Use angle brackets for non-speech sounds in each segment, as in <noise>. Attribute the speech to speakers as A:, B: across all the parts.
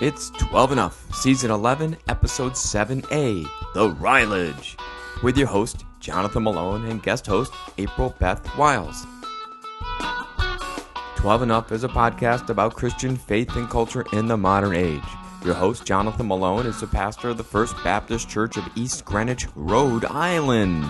A: It's 12 Enough, Season 11, Episode 7A The Rilage, with your host, Jonathan Malone, and guest host, April Beth Wiles. 12 Enough is a podcast about Christian faith and culture in the modern age. Your host, Jonathan Malone, is the pastor of the First Baptist Church of East Greenwich, Rhode Island.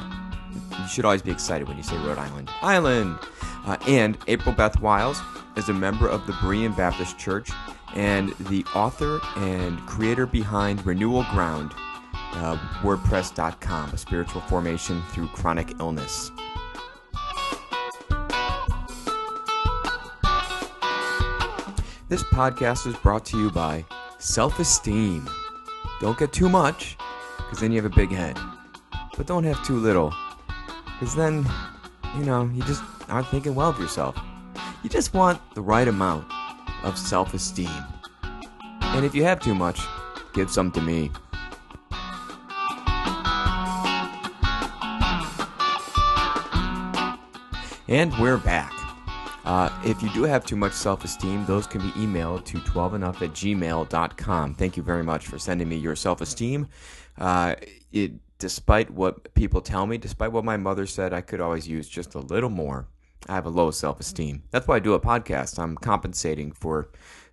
A: You should always be excited when you say Rhode Island. Island! Uh, and April Beth Wiles is a member of the Berean Baptist Church and the author and creator behind Renewal Ground, uh, WordPress.com, a spiritual formation through chronic illness. This podcast is brought to you by Self Esteem. Don't get too much, because then you have a big head. But don't have too little, because then, you know, you just aren't thinking well of yourself. You just want the right amount of self esteem. And if you have too much, give some to me. And we're back. Uh, if you do have too much self esteem, those can be emailed to 12enough at gmail.com. Thank you very much for sending me your self esteem. Uh, it, despite what people tell me, despite what my mother said, I could always use just a little more. I have a low self esteem. That's why I do a podcast. I'm compensating for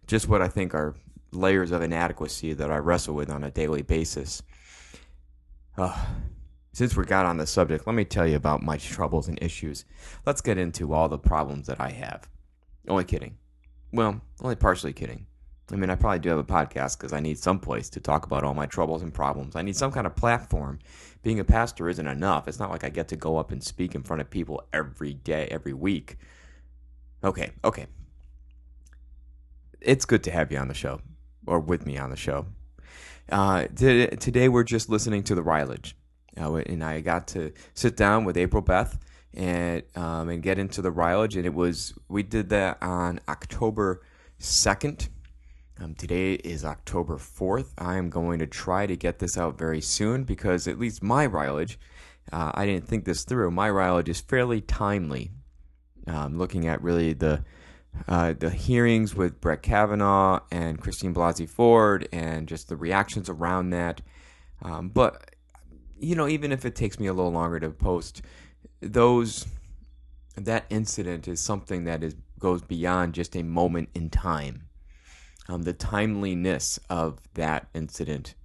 A: just what I think are layers of inadequacy that I wrestle with on a daily basis. Ugh. Since we got on the subject, let me tell you about my troubles and issues. Let's get into all the problems that I have. Only kidding. Well, only partially kidding. I mean, I probably do have a podcast because I need some place to talk about all my troubles and problems. I need some kind of platform. Being a pastor isn't enough. It's not like I get to go up and speak in front of people every day, every week. Okay, okay. It's good to have you on the show, or with me on the show. Uh, t- today, we're just listening to the Rilage uh, and I got to sit down with April Beth and um, and get into the Rilage, and it was we did that on October second. Um, today is October fourth. I am going to try to get this out very soon because at least my Rilage, uh, I didn't think this through. My Rilage is fairly timely. Um, looking at really the uh, the hearings with Brett Kavanaugh and Christine Blasey Ford, and just the reactions around that. Um, but you know, even if it takes me a little longer to post, those that incident is something that is goes beyond just a moment in time. Um, the timeliness of that incident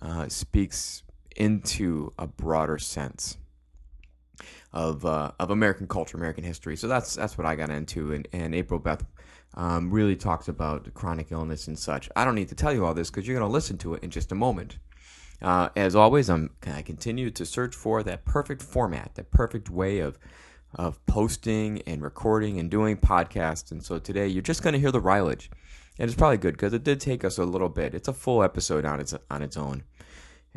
A: uh, speaks into a broader sense of uh, of American culture, American history. So that's that's what I got into, and, and April Beth um, really talks about chronic illness and such. I don't need to tell you all this because you're going to listen to it in just a moment. Uh, as always, I'm I continue to search for that perfect format, that perfect way of of posting and recording and doing podcasts. And so today, you're just going to hear the rilage, and it's probably good because it did take us a little bit. It's a full episode on its on its own.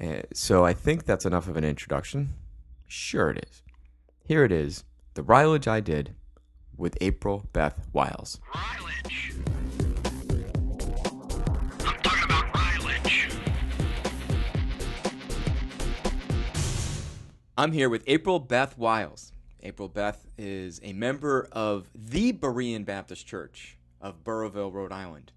A: Uh, so I think that's enough of an introduction. Sure, it is. Here it is, the rilage I did with April Beth Wiles.
B: Mileage. I'm talking about mileage.
A: I'm here with April Beth Wiles. April Beth is a member of the Berean Baptist Church of Burrowville, Rhode Island.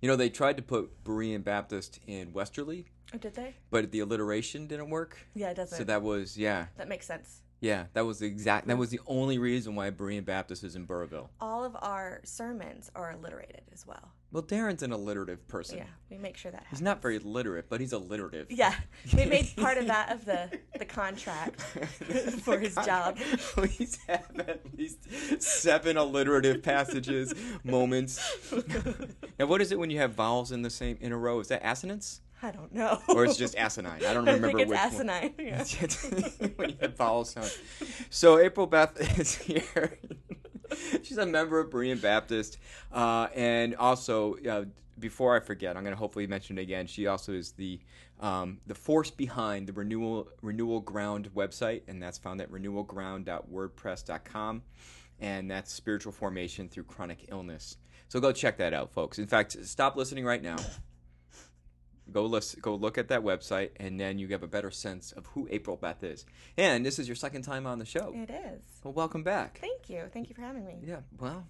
A: You know, they tried to put Berean Baptist in Westerly,
C: Oh, did they?
A: but the alliteration didn't work.
C: Yeah, it doesn't.
A: So that was, yeah,
C: that makes sense.
A: yeah, that was the exact, that was the only reason why Berean Baptist is in Burrowville.
C: All of our sermons are alliterated as well.
A: Well, Darren's an alliterative person.
C: Yeah, we make sure that happens.
A: He's not very literate, but he's alliterative. <laughs>
C: Yeah, we made part of that of the the contract <laughs> for
A: <laughs>
C: his job.
A: Please have at least seven alliterative
C: <laughs>
A: passages, moments. now, what is it when you have vowels in the same in a row? Is that assonance
C: I don't know.
A: or it's just asinine? I don't
C: I
A: remember
C: think it's
A: which
C: asinine.
A: <laughs>
C: Yeah.
A: one. when you have vowel sound. So April Beth <laughs> is here. She's a member of Berean Baptist, uh, and also uh, before I forget, I'm going to hopefully mention it again. She also is the um, the force behind the renewal renewal ground website, and that's found at renewalground.wordpress.com, and that's spiritual formation through chronic illness. So go check that out, folks. In fact, stop listening right now. Go list, go look at that website, and then you have a better sense of who April Beth is. And this is your second time on the show.
C: It is.
A: Well, welcome back.
C: Thank you. Thank you for having me.
A: Yeah, well,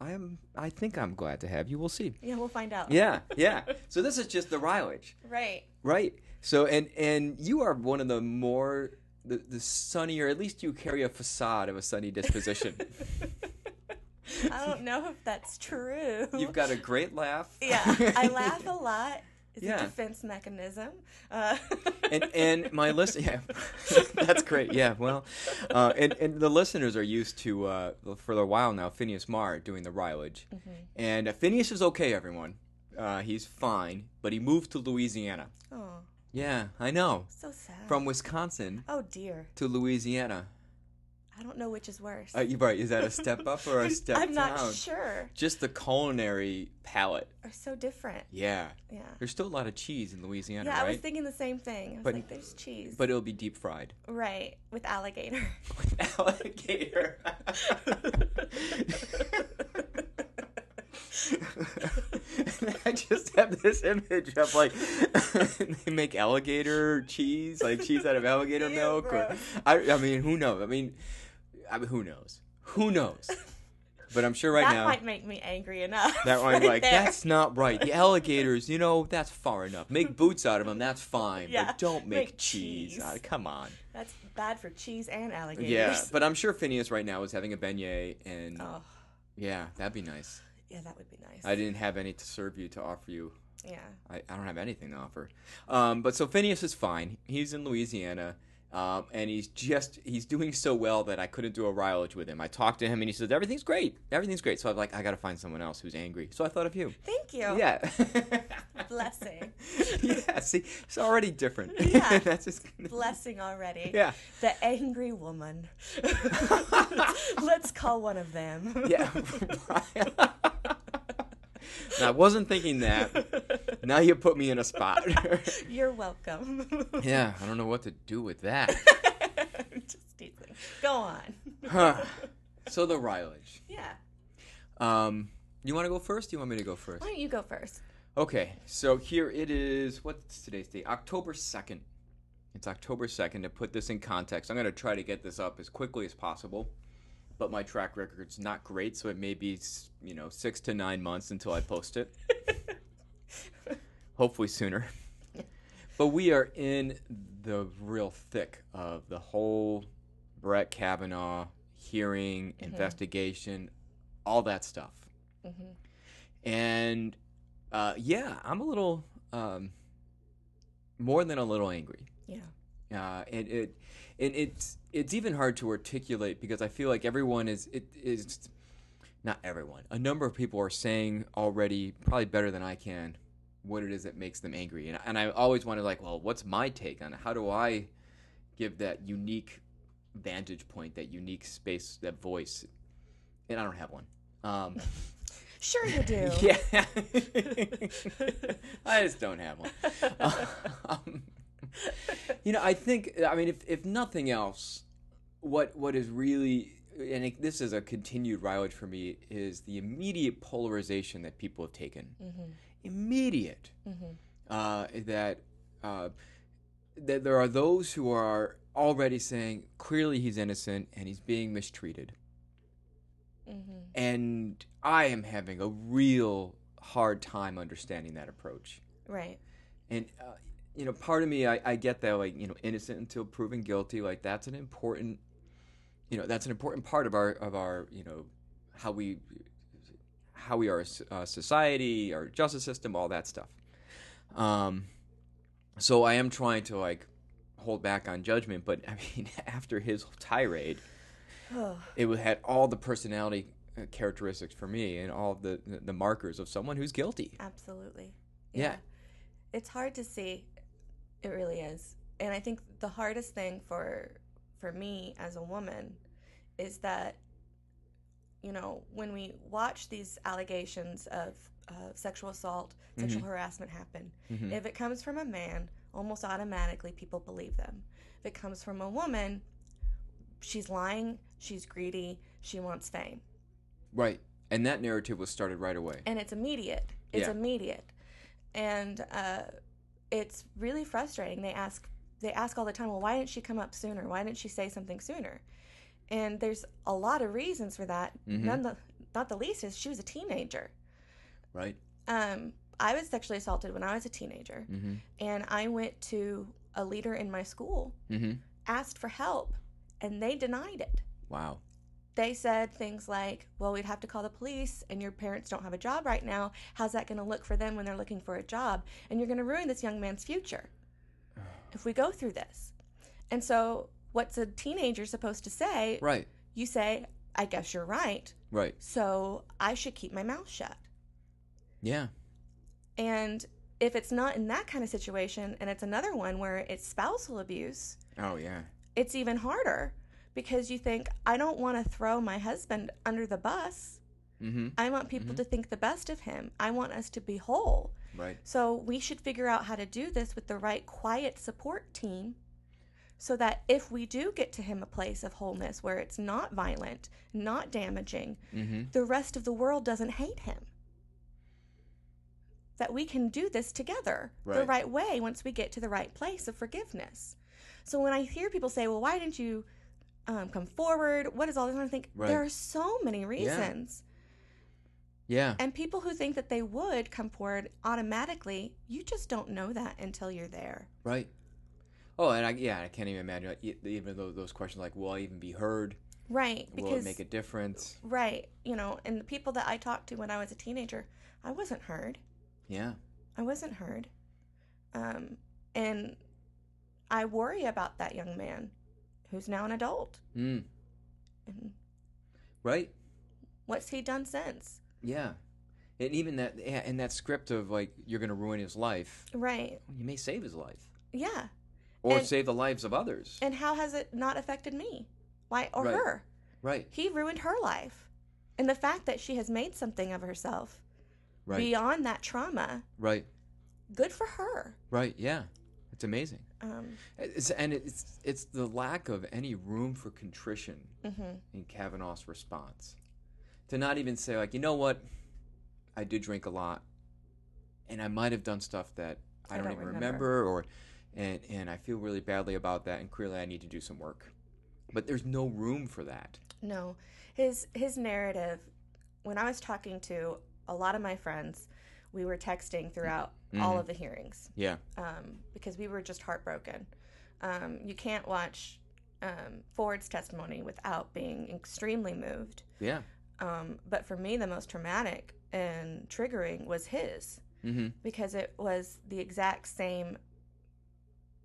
A: I'm. I think I'm glad to have you. We'll see.
C: Yeah, we'll find out.
A: Yeah, yeah. So this is just the mileage,
C: Right.
A: right? So and and you are one of the more the, the sunnier. At least you carry a facade of a sunny disposition.
C: <laughs> I don't know if that's true.
A: You've got a great laugh. <laughs>
C: Yeah, I laugh a lot. It's
A: Yeah.
C: a defense mechanism. Uh,
A: <laughs> and
C: <laughs>
A: and my listen, yeah, <laughs> that's great. Yeah, well, uh, and and the listeners are used to uh, for a while now Phineas Marr doing the Rilage,
C: Mm-hmm.
A: and uh, Phineas is okay, everyone. Uh, he's fine, but he moved to Louisiana.
C: oh,
A: Yeah, I know.
C: so sad.
A: From Wisconsin
C: oh dear,
A: to Louisiana.
C: I don't know which is worse.
A: Uh, you right? Is that a step up
C: <laughs>
A: or a step
C: I'm
A: down?
C: not sure.
A: Just the culinary palate.
C: Are so different.
A: Yeah,
C: Yeah.
A: there's still a lot of cheese in Louisiana,
C: Yeah, I
A: right?
C: was thinking the same thing. I was
A: But-
C: like, "There's cheese,
A: but it'll be deep fried.
C: right?
A: <laughs>
C: With alligator." <laughs>
A: alligator. I just have this image of like <laughs> they make alligator cheese, like cheese out of alligator
C: Ew,
A: milk, or
C: gross.
A: I, I mean, who knows? I mean, I mean, who knows? Who knows? But I'm sure right
C: that
A: now
C: might make me angry enough.
A: that one
C: <laughs> right
A: like
C: there.
A: that's not right. The alligators, you know, that's far enough. Make boots out of them, that's fine,
C: Yeah,
A: but don't make,
C: make
A: cheese.
C: cheese.
A: out- come on.
C: That's bad for cheese and alligators.
A: Yeah, but I'm sure Phineas right now is having a beignet, and
C: <laughs> Oh,
A: yeah, that'd be nice.
C: yeah, that would be nice.
A: I didn't have any to serve you to offer you.
C: yeah.
A: I, I don't have anything to offer. Um, but so Phineas is fine. He's in Louisiana, um, and he's just he's doing so well that I couldn't do a rilage with him. I talked to him, and he says everything's great, everything's great. So I'm like, I gotta find someone else who's angry. So I thought of you.
C: Thank you.
A: Yeah.
C: Blessing.
A: <laughs> yeah. See, it's already different.
C: Yeah.
A: <laughs> That's just.
C: Blessing already.
A: Yeah.
C: The
A: <laughs>
C: angry woman. Let's call one of them.
A: Yeah. <laughs> now, I wasn't thinking
C: <laughs>
A: that. Now you put me in a spot. <laughs>
C: You're welcome.
A: yeah, I don't know what to do with that.
C: <laughs> Just teasing.
A: <laughs>
C: Go on.
A: Huh. So the Rilage.
C: Yeah.
A: Um, you want to go first? Do you want me to go first?
C: Why don't you go first?
A: Okay. So here it is. What's today's date? October second. It's October second. To put this in context, I'm going to try to get this up as quickly as possible. But my track record's not great, so it may be s- you know six to nine months until I post it. Hopefully sooner. But we are in the real thick of the whole Brett Kavanaugh hearing, investigation, all that stuff. And uh, yeah, I'm a little, um, more than a little angry.
C: Yeah.
A: Uh, and it, and it's it's even hard to articulate because I feel like everyone is it is not everyone. A number of people are saying already, probably better than I can, what it is that makes them angry. And and I always wanted like, well, what's my take on it? How do I give that unique vantage point, that unique space, that voice? And I don't have one. Um,
C: Sure you do.
A: <laughs> yeah. I just don't have one. Um, you know, I think I mean if if nothing else, what what is really and it, this is a continued rilage for me is the immediate polarization that people have taken. Immediate. Uh, that uh, that there are those who are already saying clearly he's innocent and he's being mistreated and I am having a real hard time understanding that approach. <sighs>
C: Right.
A: And uh, you know, part of me, I, I get that, like you know, innocent until proven guilty. Like that's an important, you know, that's an important part of our of our you know how we how we are as uh, society, our justice system, all that stuff. Um, so I am trying to like hold back on judgment, but I mean, <laughs> after his tirade,
C: Oh.
A: it wa- had all the personality uh, characteristics for me and all the the markers of someone who's guilty.
C: Absolutely.
A: Yeah.
C: It's hard to see. It really is. And I think the hardest thing for for me as a woman is that you know, when we watch these allegations of uh, sexual assault, sexual harassment happen,
A: Mhm.
C: if it comes from a man, almost automatically people believe them. If it comes from a woman, she's lying, she's greedy, she wants fame.
A: Right. And that narrative was started right away.
C: and it's immediate. It's
A: Yeah.
C: immediate, and uh, it's really frustrating. They ask they ask all the time, well, why didn't she come up sooner? Why didn't she say something sooner? And there's a lot of reasons for that. None the not the least is she was a teenager.
A: Right.
C: Um, I was sexually assaulted when I was a teenager,
A: Mm-hmm.
C: and I went to a leader in my school,
A: Mm-hmm.
C: asked for help, and they denied it.
A: Wow.
C: They said things like, "Well, we'd have to call the police, and your parents don't have a job right now. How's that going to look for them when they're looking for a job? And you're going to ruin this young man's future if we go through this." And so, what's a teenager supposed to say?
A: Right.
C: You say, "I guess you're right."
A: Right.
C: So I should keep my mouth shut.
A: Yeah.
C: And if it's not in that kind of situation and it's another one where it's spousal abuse,
A: Oh yeah.
C: it's even harder because you think, I don't want to throw my husband under the bus.
A: Mm-hmm.
C: I want people to think the best of him. I want us to be whole.
A: Right.
C: So we should figure out how to do this with the right quiet support team so that if we do get to him a place of wholeness where it's not violent, not damaging,
A: Mm-hmm.
C: the rest of the world doesn't hate him. That we can do this together the
A: Right.
C: right way once we get to the right place of forgiveness. So when I hear people say, well, why didn't you um, come forward? What is all this? And I think
A: Right.
C: there are so many reasons.
A: Yeah.
C: And people who think that they would come forward automatically, you just don't know that until you're there.
A: Right. Oh, and I yeah, I can't even imagine like, e- even those those questions like, will I even be heard?
C: Right.
A: will
C: Because,
A: it make a difference?
C: right. You know, and the people that I talked to when I was a teenager, I wasn't heard.
A: Yeah.
C: I wasn't heard. Um, and I worry about that young man who's now an adult.
A: Mm.
C: And
A: Right.
C: what's he done since?
A: Yeah. And even that yeah, and that script of like you're going to ruin his life.
C: Right.
A: You may save his life
C: Yeah.
A: or
C: And-
A: save the lives of others.
C: And how has it not affected me? Why or
A: Right.
C: her?
A: right.
C: He ruined her life. And the fact that she has made something of herself
A: Right.
C: beyond that trauma,
A: right.
C: good for her.
A: Right. Yeah. It's amazing.
C: Um,
A: It's, and it's it's the lack of any room for contrition
C: mhm.
A: in Kavanaugh's response. To not even say, like, you know what? I do drink a lot, and I might have done stuff that I, don't, even remember. or and and I feel really badly about that, and clearly I need to do some work. But there's no room for that.
C: No, his his narrative. When I was talking to a lot of my friends, we were texting throughout all
A: Mhm.
C: of the hearings
A: Yeah.
C: um, because we were just heartbroken. Um, you can't watch um, Ford's testimony without being extremely moved.
A: Yeah.
C: Um, but for me, the most traumatic and triggering was his
A: Mm-hmm.
C: because it was the exact same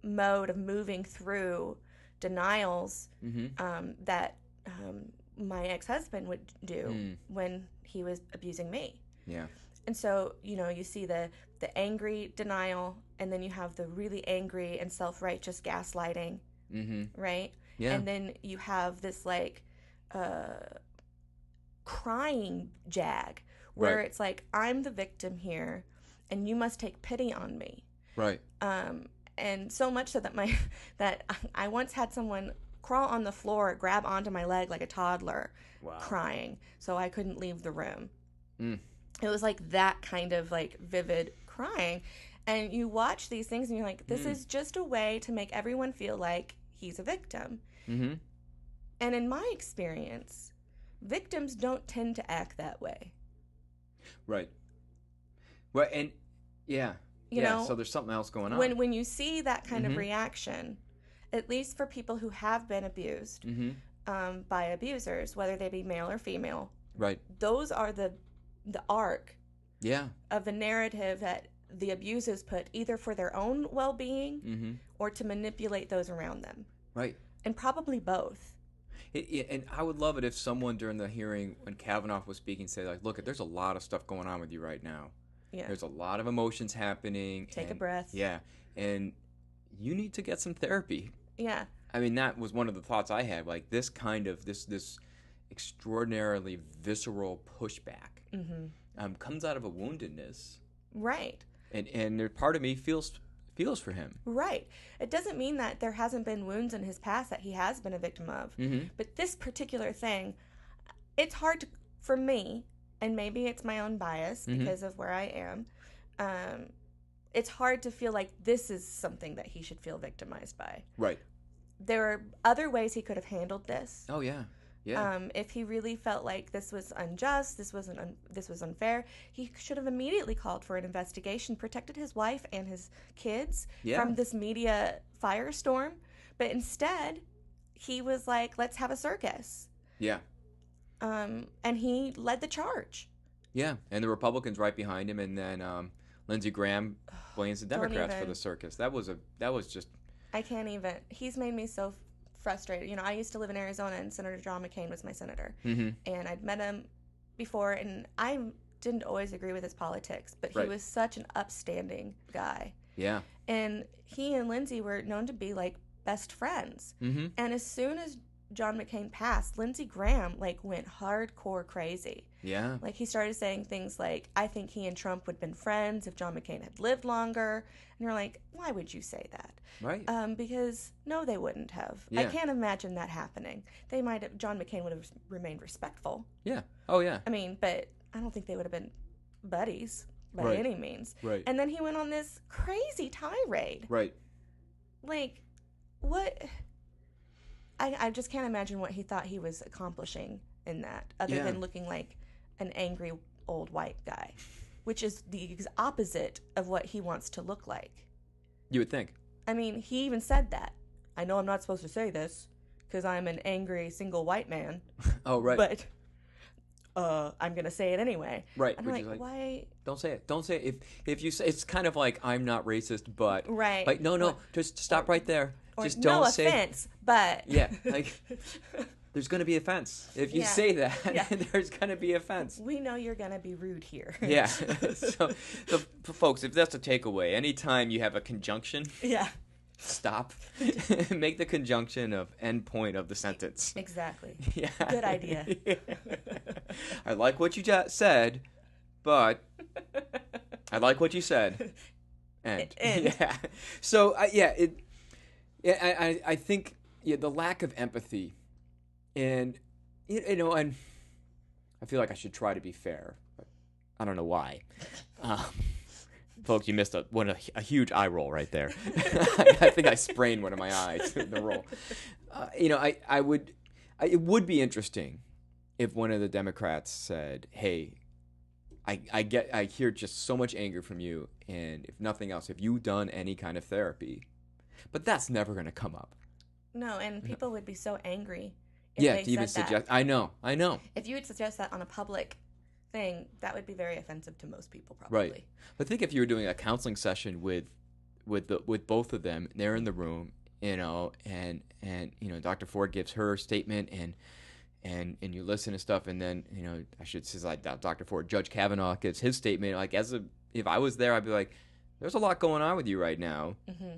C: mode of moving through denials
A: Mm-hmm.
C: um, that um, my ex husband would do
A: Mm.
C: when he was abusing me.
A: Yeah.
C: And so, you know, you see the, the angry denial, and then you have the really angry and self righteous gaslighting,
A: Mm-hmm.
C: right?
A: Yeah.
C: And then you have this like uh, crying jag where
A: Right.
C: it's like, I'm the victim here, and you must take pity on me
A: right.
C: um, and so much so that my <laughs> that I once had someone crawl on the floor, grab onto my leg like a toddler,
A: Wow.
C: crying, so I couldn't leave the room.
A: Mm.
C: It was like that kind of like vivid crying, and you watch these things and you're like, this
A: Mm.
C: is just a way to make everyone feel like he's a victim.
A: Mm-hmm.
C: And in my experience, victims don't tend to act that way.
A: Right. Well, and yeah.
C: You
A: yeah.
C: know,
A: so there's something else going on.
C: when when you see that kind
A: Mhm.
C: of reaction, at least for people who have been abused.
A: mm-hmm.
C: um, by abusers, whether they be male or female.
A: Right.
C: Those are the the arc
A: Yeah.
C: of the narrative that the abusers put either for their own well being
A: Mm-hmm.
C: or to manipulate those around them,
A: Right.
C: and probably both.
A: It, it, and I would love it if someone during the hearing, when Kavanaugh was speaking, said, like, look, there's a lot of stuff going on with you right now.
C: Yeah,
A: There's a lot of emotions happening.
C: take a
A: and-
C: breath.
A: Yeah. And you need to get some therapy.
C: yeah,
A: I mean, that was one of the thoughts I had. Like, this kind of, this, this extraordinarily visceral pushback
C: hmm
A: um, comes out of a woundedness.
C: right,
A: And, and there, part of me feels feels for him.
C: right. It doesn't mean that there hasn't been wounds in his past that he has been a victim of,
A: Mm-hmm.
C: but this particular thing, it's hard to, for me, and maybe it's my own bias
A: Mhm.
C: because of where I am. Um, it's hard to feel like this is something that he should feel victimized by.
A: Right.
C: There are other ways he could have handled this.
A: Oh, yeah. Yeah.
C: Um, if he really felt like this was unjust, this wasn't un- this was unfair, he should have immediately called for an investigation, protected his wife and his kids
A: Yeah.
C: from this media firestorm. But instead, he was like, "Let's have a circus,"
A: yeah.
C: um, and he led the charge.
A: Yeah. And the Republicans right behind him, and then um, Lindsey Graham blames the
C: <sighs> Don't
A: Democrats for
C: even.
A: the circus. That was a that was just
C: I can't even. He's made me so frustrated. You know, I used to live in Arizona, and Senator John McCain was my senator,
A: hmm
C: and I'd met him before, and I didn't always agree with his politics, but he
A: Right.
C: was such an upstanding guy.
A: yeah.
C: And he and Lindsay were known to be like best friends.
A: Mm-hmm.
C: And as soon as John McCain passed, Lindsey Graham like went hardcore crazy.
A: Yeah.
C: Like he started saying things like, "I think he and Trump would have been friends if John McCain had lived longer." And you're like, "Why would you say that?"
A: Right.
C: Um, because no, they wouldn't have. I
A: Yeah.
C: can't imagine that happening. They might have. John McCain would have remained respectful.
A: yeah. Oh yeah.
C: I mean, but I don't think they would have been buddies by
A: Right.
C: any means.
A: Right.
C: And then he went on this crazy tirade.
A: right.
C: Like, what? I I just can't imagine what he thought he was accomplishing in that, other
A: Yeah.
C: than looking like an angry old white guy, which is the ex- opposite of what he wants to look like.
A: You would think.
C: I mean, he even said that. I know I'm not supposed to say this because I'm an angry single white man,
A: Oh right.
C: but uh, I'm gonna say it anyway.
A: right.
C: And
A: Which
C: I'm like,
A: is like,
C: why?
A: don't say it. Don't say it. If if you say it's kind of like I'm not racist, but
C: Right.
A: like no no, just stop right there.
C: Or
A: Just
C: no
A: don't say.
C: offense, but
A: Yeah. Like there's gonna be offense if you
C: Yeah.
A: say that.
C: Yeah.
A: <laughs> there's gonna be offense.
C: <laughs> we know you're gonna be rude here.
A: Yeah. <laughs> so, the, folks, if that's a takeaway, anytime you have a conjunction,
C: <laughs> yeah.
A: stop. <laughs> Make the conjunction of end point of the sentence. <laughs>
C: Exactly.
A: Yeah.
C: Good idea.
A: <laughs> I like what you just said, but I like what you said. End. <laughs>
C: End.
A: Yeah. So I yeah, it. Yeah, I, I I think yeah the lack of empathy, and you you know, and I feel like I should try to be fair. But I don't know why. Um, folks, you missed a one a, a huge eye roll right there. <laughs> I think I sprained one of my eyes <laughs> in the roll. Uh, you know, I I would. I, it would be interesting if one of the Democrats said, "Hey, I, I get I hear just so much anger from you, and if nothing else, have you done any kind of therapy?" But that's never going to come up.
C: No, and people would be so angry. If
A: yeah,
C: they
A: to even
C: said that.
A: suggest. I know, I know,
C: If you would suggest that on a public thing, that would be very offensive to most people, probably.
A: right? <laughs> But think if you were doing a counseling session with, with the with both of them, they're in the room, you know, and and you know, Dr. Ford gives her statement and. And, and you listen to stuff, and then you know I should say like Dr. Ford, Judge Kavanaugh gives his statement. Like as a if I was there, I'd be like, "There's a lot going on with you right now.
C: Mm-hmm.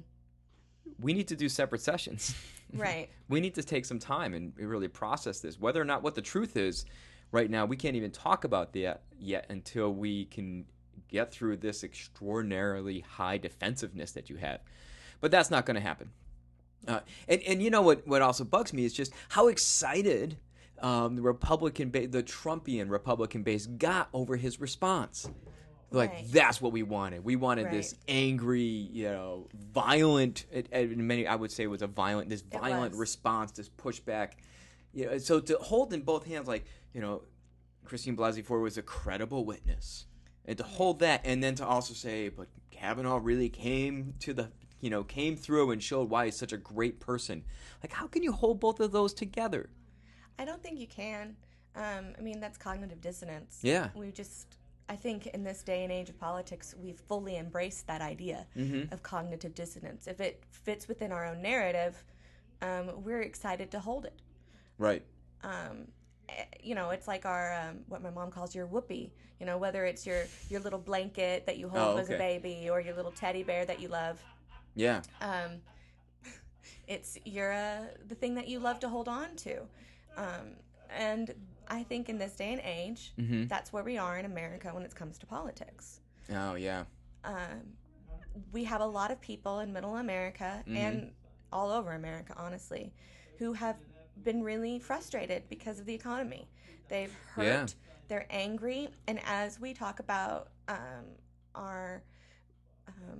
A: We need to do separate sessions."
C: Right.
A: we need to take some time and really process this whether or not what the truth is right now we can't even talk about that yet until we can get through this extraordinarily high defensiveness that you have but that's not going to happen uh, and and you know what what also bugs me is just how excited um, the republican ba- the trumpian republican base got over his response like
C: Right.
A: that's what we wanted we wanted this
C: Right.
A: angry you know violent it, it- many i would say it was a violent this violent
C: was.
A: response, this pushback. You know, so to hold in both hands, like you know, Christine Blasey Ford was a credible witness, and to hold that, and then to also say, but Kavanaugh really came to the, you know, came through and showed why he's such a great person. Like, how can you hold both of those together?
C: I don't think you can. Um, I mean, that's cognitive dissonance.
A: Yeah.
C: We just, I think in this day and age of politics, we've fully embraced that idea
A: Mm-hmm.
C: of cognitive dissonance. If it fits within our own narrative, um, we're excited to hold it.
A: Right.
C: Um, eh, you know, it's like our um, what my mom calls your whoopee. You know, whether it's your your little blanket that you
A: Oh,
C: hold as a
A: okay.
C: baby, or your little teddy bear that you love.
A: Yeah.
C: Um, <laughs> it's your uh, the thing that you love to hold on to, um, and I think in this day and age,
A: Mm-hmm.
C: that's where we are in America when it comes to politics.
A: Oh yeah.
C: Um, we have a lot of people in Middle America
A: Mm-hmm.
C: and all over America, honestly, who have been really frustrated because of the economy. They've hurt.
A: Yeah.
C: They're angry, and as we talk about um, our um,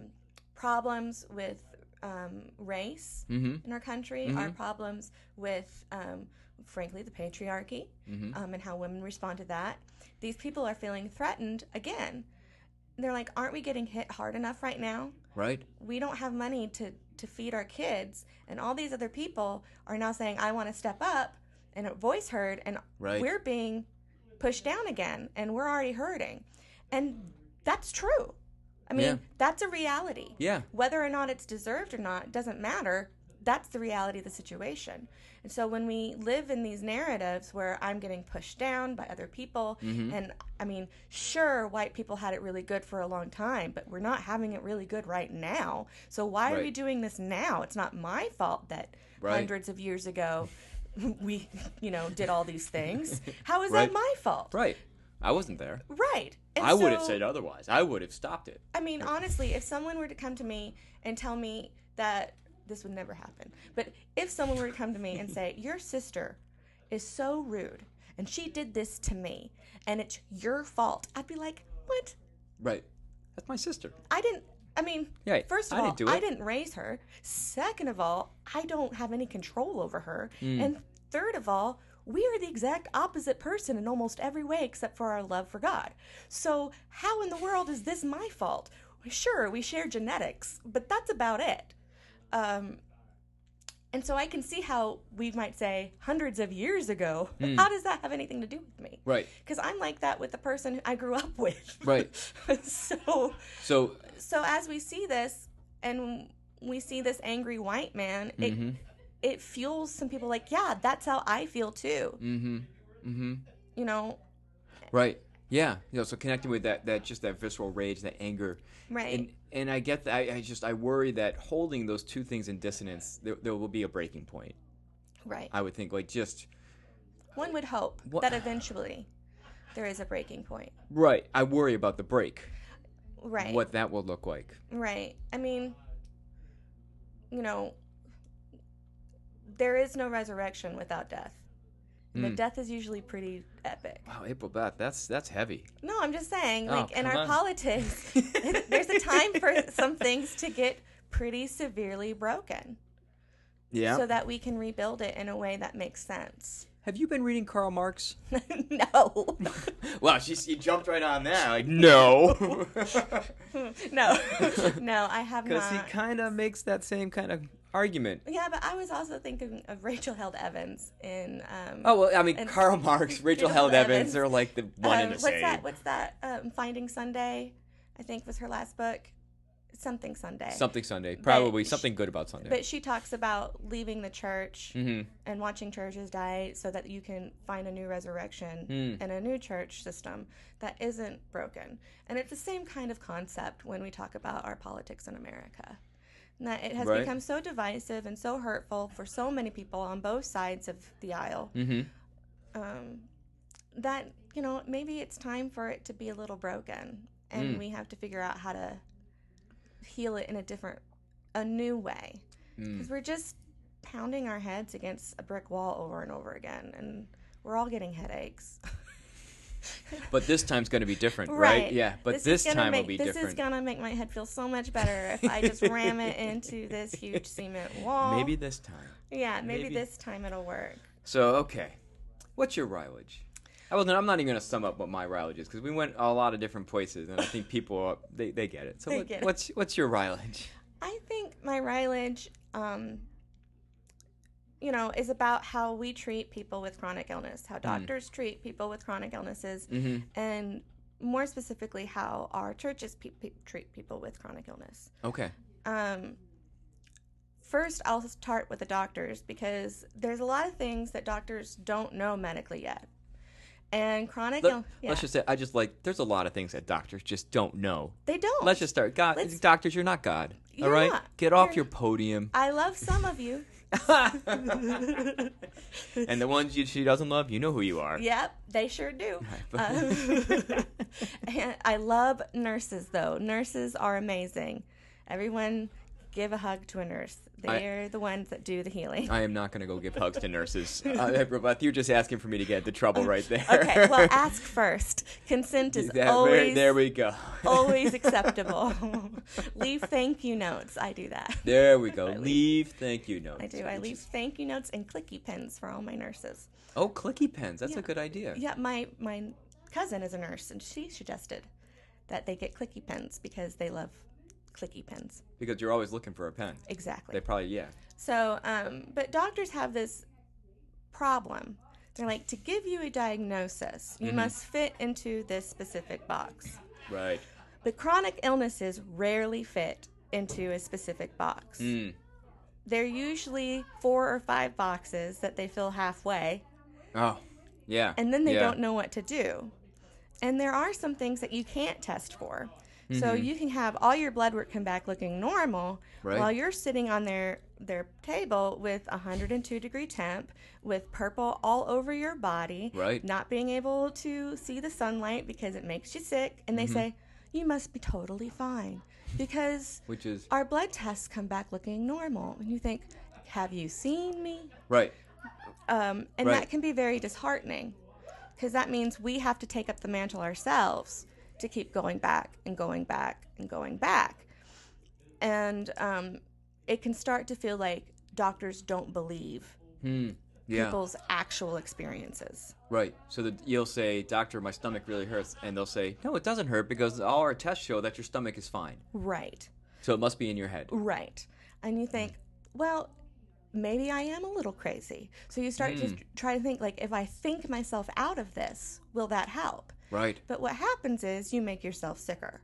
C: problems with um, race
A: Mm-hmm.
C: in our country, our problems with, um, frankly, the patriarchy
A: Mhm.
C: um, and how women respond to that. These people are feeling threatened again. They're like, aren't we getting hit hard enough right now?
A: Right.
C: We don't have money to, to feed our kids. And all these other people are now saying, I want to step up and a voice heard. And
A: Right.
C: we're being pushed down again and we're already hurting. And that's true. I mean,
A: Yeah.
C: that's a reality.
A: Yeah.
C: Whether or not it's deserved or not doesn't matter. That's the reality of the situation. And so when we live in these narratives where I'm getting pushed down by other people,
A: Mm-hmm.
C: and I mean, sure, white people had it really good for a long time, but we're not having it really good right now. So why are we
A: Right.
C: doing this now? It's not my fault that
A: Right.
C: hundreds of years ago <laughs> we, you know, did all these
A: <laughs>
C: things. How is
A: Right.
C: that my fault?
A: Right. I wasn't there.
C: Right. And
A: I would have
C: so-
A: said otherwise. I would have stopped it.
C: I mean, honestly, if someone were to come to me and tell me that this would never happen, but if someone were to come to me and say, Your sister is so rude and she did this to me and it's your fault, I'd be like, What?
A: Right. That's my sister.
C: I didn't. I mean,
A: Yeah,
C: first of
A: I
C: all,
A: didn't do
C: I
A: it.
C: didn't raise her. Second of all, I don't have any control over her.
A: Mm.
C: And third of all, we are the exact opposite person in almost every way except for our love for God. So, how in the world is this my fault? Sure, we share genetics, but that's about it. Um, and so I can see how we might say hundreds of years ago, <laughs> how does that have anything to do with me?
A: Mm. Right.
C: Because I'm like that with the person I grew up with.
A: Right.
C: <laughs> so
A: So
C: so as we see this and we see this angry white man it
A: Mm-hmm.
C: it fuels some people like yeah that's how i feel too
A: mm-hmm. Mm-hmm.
C: you know
A: Right. Yeah. You know, so connecting with that that just that visceral rage, that anger.
C: right
A: And and I get that I, I just I worry that holding those two things in dissonance, there, there will be a breaking point.
C: right
A: I would think like just
C: one would hope
A: What-
C: that eventually there is a breaking point
A: Right. I worry about the break.
C: right
A: What that will look like.
C: right i mean you know there is no resurrection without death and the
A: Mm.
C: death is usually pretty epic
A: Wow, April Beth, that's that's heavy.
C: No, I'm just saying,
A: Oh,
C: like in
A: come
C: our
A: on. <laughs>
C: politics, there's a time for some things to get pretty severely broken
A: Yeah.
C: so that we can rebuild it in a way that makes sense. <laughs>
A: Have you been reading Karl Marx?
C: no. <laughs>
A: Wow, she, she jumped right on that. <laughs> Like, no.
C: no.
A: <laughs>
C: no, I have
A: Because he
C: not.
A: kind of makes that same kind of argument.
C: yeah, but I was also thinking of Rachel Held Evans in um
A: Oh, well, I mean,
C: And- <laughs>
A: Karl Marx, Rachel
C: Rachel
A: Held Evans,
C: Evans.
A: they're like the one
C: um,
A: and the
C: what's
A: same.
C: that what's that um Finding Sunday I think was her last book. Something Sunday.
A: Something Sunday. Probably
C: sh-
A: something good about Sunday.
C: but she talks about leaving the church
A: hmm
C: and watching churches die so that you can find a new resurrection
A: Hmm.
C: and a new church system that isn't broken. And it's the same kind of concept when we talk about our politics in America. And that it has
A: Right.
C: become so divisive and so hurtful for so many people on both sides of the aisle
A: hmm
C: um, that, you know, maybe it's time for it to be a little broken. And
A: Mm.
C: we have to figure out how to heal it in a different, a new way
A: Mm.
C: because we're just pounding our heads against a brick wall over and over again and we're all getting headaches <laughs>
A: But this time's going to be different, right? Yeah, but
C: is
A: this,
C: gonna
A: time
C: make,
A: will be
C: this
A: different.
C: is gonna make my head feel so much better if i just
A: <laughs>
C: ram it into this huge cement wall
A: Maybe this time.
C: yeah maybe,
A: maybe-
C: this time it'll work
A: So okay, what's your mileage? I wasn't. I'm not even gonna sum up what my mileage is because we went a lot of different places, and I think people are, they they get it. So
C: They
A: what,
C: get it.
A: what's what's your mileage?
C: i think my mileage um you know is about how we treat people with chronic illness how doctors treat people with chronic illnesses
A: Mm. Mm-hmm.
C: and more specifically how our churches pe- pe- treat people with chronic illness.
A: Okay.
C: Um, first, I'll start with the doctors because there's a lot of things that doctors don't know medically yet. And chronic
A: Let,
C: illness, yeah,
A: us just say I just like there's a lot of things that doctors just don't know.
C: they don't.
A: Let's just start. God,
C: Let's-
A: doctors, you're not God. all
C: You're
A: right,
C: not.
A: get off
C: You're-
A: your podium.
C: I love some
A: <laughs>
C: of you. <laughs>
A: and the ones you, she doesn't love, you know who you are.
C: Yep, they
A: <laughs>
C: sure do. <laughs> Um, and I love nurses, though. Nurses are amazing. Everyone Give a hug to a nurse.
A: I-
C: They're the ones that do the
A: <laughs>
C: healing.
A: I am not going to go give hugs to nurses. Uh, April Beth, you're just asking for me to get into trouble right there.
C: <laughs> okay,
A: <laughs>
C: well, ask first. Consent is
A: That- there-
C: always
A: there we <laughs> go. <laughs>
C: always acceptable. <laughs> leave thank you notes. I
A: <laughs>
C: do that.
A: There we go.
C: I leave-
A: Leave thank you notes.
C: I do. I
A: which
C: leave
A: is-
C: thank you notes and clicky pens for all my nurses.
A: Oh, clicky pens. That's
C: Yeah.
A: a good idea.
C: Yeah, my my cousin is a nurse, and she suggested that they get clicky pens because they love clicky pens.
A: Because you're always looking for a pen.
C: Exactly.
A: They probably yeah.
C: So, um, but doctors have this problem. They're like, to give you a diagnosis, you must fit into this specific box.
A: Right.
C: But chronic illnesses rarely fit into a specific box.
A: Mm.
C: They're usually four or five boxes that they fill halfway,
A: Oh. Yeah.
C: and then they
A: Yeah.
C: don't know what to do. And there are some things that you can't test for. So you can have all your blood work come back looking normal
A: Mm-hmm. Right.
C: while you're sitting on their their table with 102 degree temp with purple all over your body,
A: Right.
C: not being able to see the sunlight because it makes you sick and they
A: Mm-hmm.
C: say you must be totally fine because
A: Which is
C: our blood tests come back looking normal and you think have you seen me?
A: right.
C: Um, and
A: Right.
C: that can be very disheartening because that means we have to take up the mantle ourselves to keep going back and going back and going back. And um, it can start to feel like doctors don't believe
A: Hmm. Yeah.
C: people's actual experiences.
A: Right. So that you'll say, "Doctor, my stomach really hurts," and they'll say, "No, it doesn't hurt because all our tests show that your stomach is fine."
C: Right,
A: So it must be in your head.
C: right. And you think, well, maybe I am a little crazy. So you start
A: Mm.
C: to try to think, like, if I think myself out of this, will that help?
A: Right.
C: But what happens is you make yourself sicker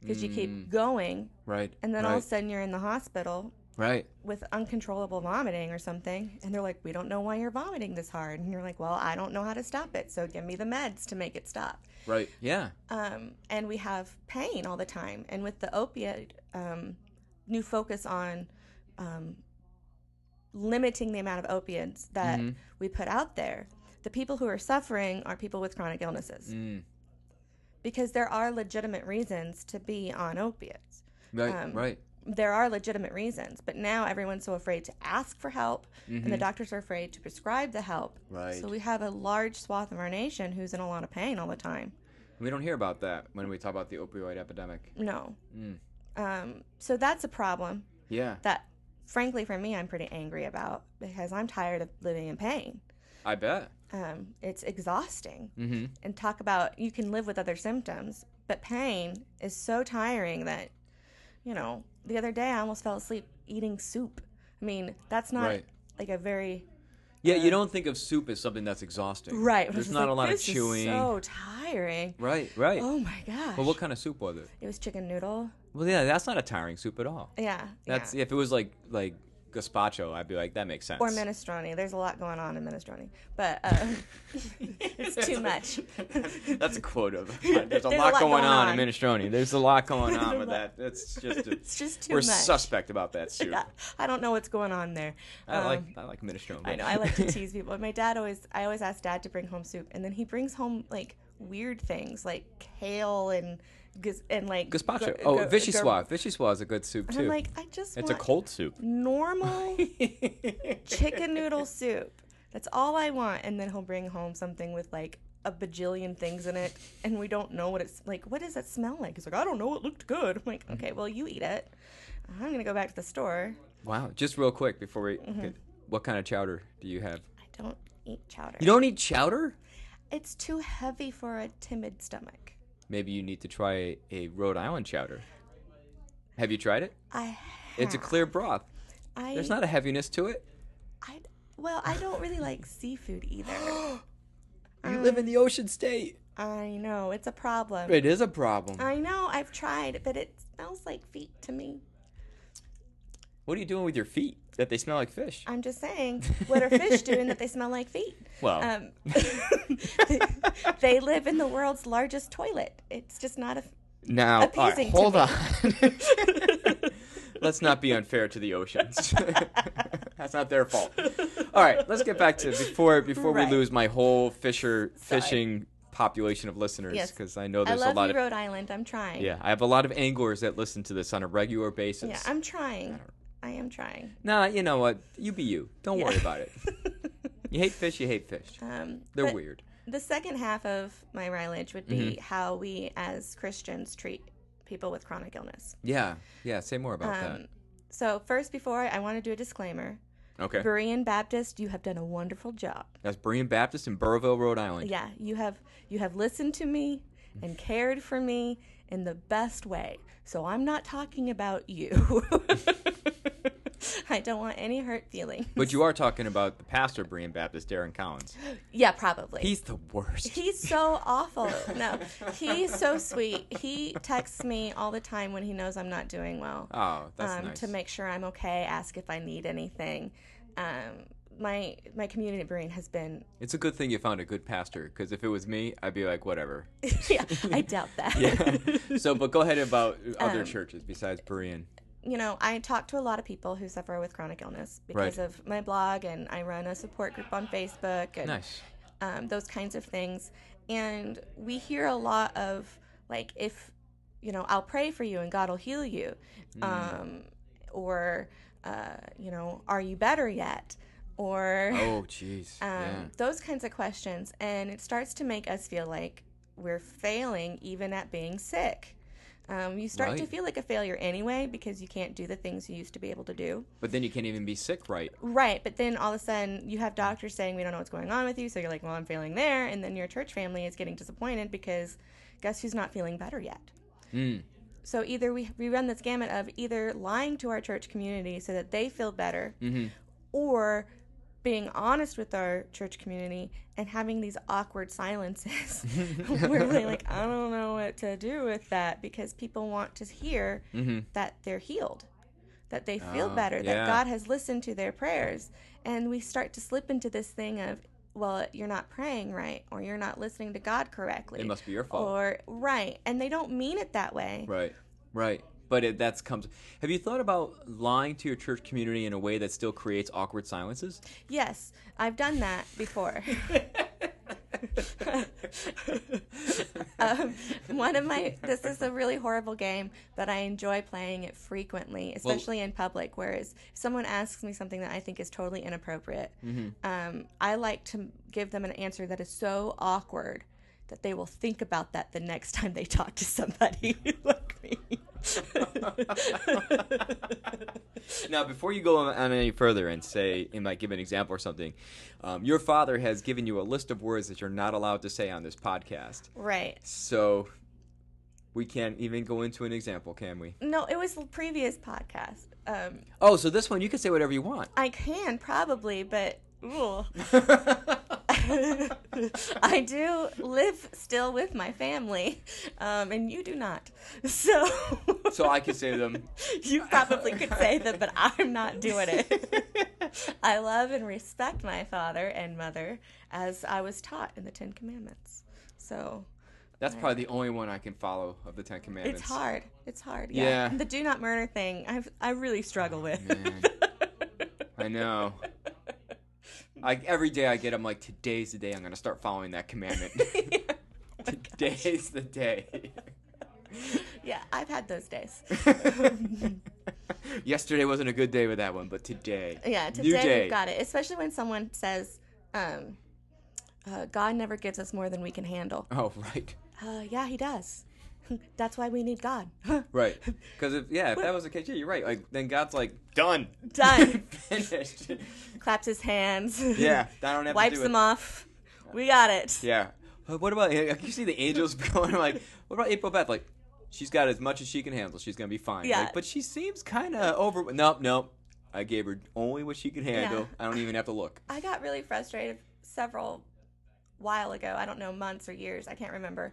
C: because you keep
A: Mm.
C: going,
A: Right.
C: and then
A: right.
C: all of a sudden you're in the hospital
A: Right.
C: with uncontrollable vomiting or something, and they're like, "We don't know why you're vomiting this hard," and you're like, "Well, I don't know how to stop it, so give me the meds to make it stop."
A: Right. Yeah.
C: Um, and we have pain all the time, and with the opiate um, new focus on um, limiting the amount of opiates that
A: Mm-hmm.
C: we put out there, the people who are suffering are people with chronic illnesses
A: Mm.
C: because there are legitimate reasons to be on opiates.
A: Right.
C: Um,
A: right.
C: There are legitimate reasons, but now everyone's so afraid to ask for help, and the doctors are afraid to prescribe the help.
A: Mm-hmm. Right.
C: So we have a large swath of our nation who's in a lot of pain all the time.
A: We don't hear about that when we talk about the opioid epidemic.
C: No.
A: Mm.
C: Um, so that's a problem
A: Yeah.
C: that, frankly, for me, I'm pretty angry about because I'm tired of living in pain.
A: I bet.
C: Um, it's exhausting.
A: Mm-hmm.
C: And talk about you can live with other symptoms, but pain is so tiring that, you know, the other day I almost fell asleep eating soup. I mean, that's not
A: Right.
C: like a very
A: Yeah, you don't think of soup as something that's exhausting.
C: right. I was
A: There's
C: just
A: not a
C: like,
A: lot
C: this
A: of
C: is
A: chewing.
C: so tiring.
A: Right, right.
C: Oh my gosh!
A: But what kind of soup was it?
C: it was chicken noodle.
A: Well, yeah, that's not a tiring soup at all.
C: Yeah,
A: That's
C: yeah.
A: if it was like like gazpacho, I'd be like, that makes sense.
C: Or minestrone. There's a lot going on in minestrone, but uh, <laughs> it's
A: <laughs>
C: too much. <laughs>
A: That's a quote of. There's a
C: There's
A: lot going on in minestrone. There's a lot going on with
C: <laughs>
A: that. That's just. A,
C: It's just too
A: we're
C: much.
A: suspect about
C: <laughs>
A: that soup.
C: Yeah, I don't know what's going on there.
A: I like
C: Um,
A: I like minestrone.
C: I know.
A: <laughs>
C: I like to tease people. My dad always, I always ask dad to bring home soup, and then he brings home like weird things like kale and gaz- and like
A: gazpacho.
C: gar-
A: Oh,
C: gar- gar-
A: vichyssoise. Vichyssoise is a good soup
C: And
A: too.
C: I'm like, I just
A: it's a
C: want
A: cold
C: <laughs>
A: soup. <laughs>
C: normal <laughs> chicken noodle soup. That's all I want. And then he'll bring home something with like a bajillion things in it, and we don't know what it's like. What does that smell like? He's like, I don't know. It looked good. I'm like, okay, well, you eat it. I'm gonna go back to the store.
A: Wow. Just real quick before we.
C: Mm-hmm.
A: What kind of chowder do you have?
C: I don't eat chowder.
A: You don't eat chowder?
C: It's too heavy for a timid stomach.
A: Maybe you need to try a Rhode Island chowder. Have you tried it?
C: I have.
A: It's a clear broth.
C: I,
A: There's not a heaviness to it.
C: I well, I don't really like seafood
A: <gasps>
C: either.
A: You live
C: Um,
A: in the ocean state.
C: I know it's a problem.
A: It is a problem.
C: I know I've tried, but it smells like feet to me.
A: What are you doing with your feet that they smell like fish?
C: I'm just saying, what
A: <laughs>
C: are fish doing that they smell like feet?
A: Well. <laughs>
C: um, they, they live in the world's largest toilet. It's just not a.
A: Now, all right,
C: appeasing to
A: hold
C: me.
A: on. <laughs> let's not be unfair to the oceans. <laughs> That's not their fault. All right, let's get back to before before
C: Right.
A: we lose my whole Fisher
C: Sorry.
A: fishing population of listeners
C: Yes.
A: because I know
C: I
A: there's a
C: love
A: lot
C: you,
A: of
C: Rhode Island. I'm trying.
A: yeah. I have a lot of anglers that listen to this on a regular basis.
C: Yeah, I'm trying.
A: don't-
C: I am trying.
A: Nah, you know what? You be you. Don't
C: Yeah.
A: worry about
C: <laughs>
A: it. You hate fish, you hate fish.
C: um,
A: They're
C: but
A: weird.
C: The second half of my mileage would be
A: Mm-hmm.
C: how we as Christians treat people with chronic illness.
A: Yeah, yeah. Say more about
C: Um, so, first, before I want to do a disclaimer
A: that. Okay,
C: Berean Baptist, you have done a wonderful job.
A: that's Berean Baptist in Burrville, Rhode Island.
C: Yeah, you have you have listened to me
A: <laughs>
C: and cared for me in the best way. So I'm not talking
A: <laughs>
C: about you. I don't want any hurt feeling.
A: But you are talking about the pastor of Berean Baptist, Darren Collins.
C: Yeah, probably.
A: He's the
C: <laughs>
A: worst.
C: He's so awful. No, he's so sweet. He texts me all the time when he knows I'm not doing well
A: Oh, that's
C: um,
A: nice.
C: to make sure I'm okay, ask if I need anything. Um, my my community brain has been
A: It's a good thing you found a good pastor, because if it was me, I'd be like,
C: <laughs>
A: whatever.
C: yeah, I doubt that.
A: Yeah. so, but go ahead about other
C: Um,
A: churches besides Berean.
C: you know, I talk to a lot of people who suffer with chronic illness because
A: Right.
C: of my blog, and I run a support group on Facebook and
A: Nice.
C: um, those kinds of things. And we hear a lot of, like, if, you know, I'll pray for you and God will heal you.
A: Hmm.
C: Um, or, uh, you know, are you better yet? Or
A: Oh, jeez.
C: um,
A: yeah.
C: those kinds of questions. And it starts to make us feel like we're failing even at being sick. Um, you start to
A: Right.
C: feel like a failure anyway because you can't do the things you used to be able to do.
A: But then you can't even be sick right.
C: Right, but then all of a sudden you have doctors saying we don't know what's going on with you, so you're like, well, I'm failing there, and then your church family is getting disappointed because guess who's not feeling better yet?
A: Mm.
C: So either we, we run this gamut of either lying to our church community so that they feel better,
A: Mm-hmm.
C: or being honest with our church community and having these awkward
A: <laughs>
C: silences <laughs> where we're like, I don't know what to do with that because people want to hear that they're healed, that they feel
A: Mm-hmm. Oh,
C: better,
A: yeah.
C: that God has listened to their prayers. And we start to slip into this thing of, well, you're not praying right, or you're not listening to God correctly.
A: It must be your fault.
C: Or, right. And they don't mean it that way.
A: Right, right. But it, that's comes. Have you thought about lying to your church community in a way that still creates awkward silences?
C: Yes, I've done that before. <laughs> um, one of my this is a really horrible game, but I enjoy playing it frequently, especially in public. Whereas if someone asks me something that I think is totally inappropriate, um, I like to give them an answer that is so awkward that they will think about that the next time they talk to somebody <laughs> like me.
A: <laughs> now, before you go on, on any further and say, and like give an example or something, um, your father has given you a list of words that you're not allowed to say on this podcast.
C: right.
A: So we can't even go into an example, can we?
C: No, it was the previous podcast. Um,
A: Oh, so this one you can say whatever you
C: <laughs>
A: want.
C: I can probably, but ooh. <laughs> I do live still with my family, um, and you do not. <laughs> So,
A: so I can say them.
C: <laughs> you probably could say that, but I'm not doing
A: <laughs>
C: it. I love and respect my father and mother as I was taught in the Ten Commandments. So
A: That's probably the only one I can follow of the Ten Commandments.
C: it's hard. It's hard. Yeah.
A: Yeah. Oh,
C: The do not murder thing, I've, I really struggle with.
A: Man. I know. I, every day I get, I'm like, today's the day I'm gonna start following that
C: <laughs>
A: commandment.
C: Oh
A: <laughs> today's the day.
C: <laughs> yeah, I've had those days.
A: <laughs> Yesterday wasn't a good day with that one, but today,
C: Yeah,
A: new
C: today
A: day.
C: we've got it. Especially when someone says, um, uh, "God never gives us more than we can handle."
A: Oh, right,
C: Uh, yeah, He does. <laughs> That's why we need God. <laughs>
A: right. Because if yeah, if that was the case, yeah, you're right. Like then God's like done,
C: Done.
A: <laughs>
C: <laughs>
A: finished.
C: Claps his hands. <laughs>
A: yeah, I don't have
C: Wipes
A: to do
C: them
A: it.
C: off. We got it.
A: Yeah. Uh, What about like, you see the angels <laughs> going like? What about April Beth? Like, she's got as much as she can handle. She's gonna be fine.
C: Yeah.
A: Like, but she seems kind of over. Nope, nope. I gave her only what she could handle.
C: Yeah.
A: I don't even have to look.
C: I got really frustrated several while ago. I don't know months or years. I can't remember.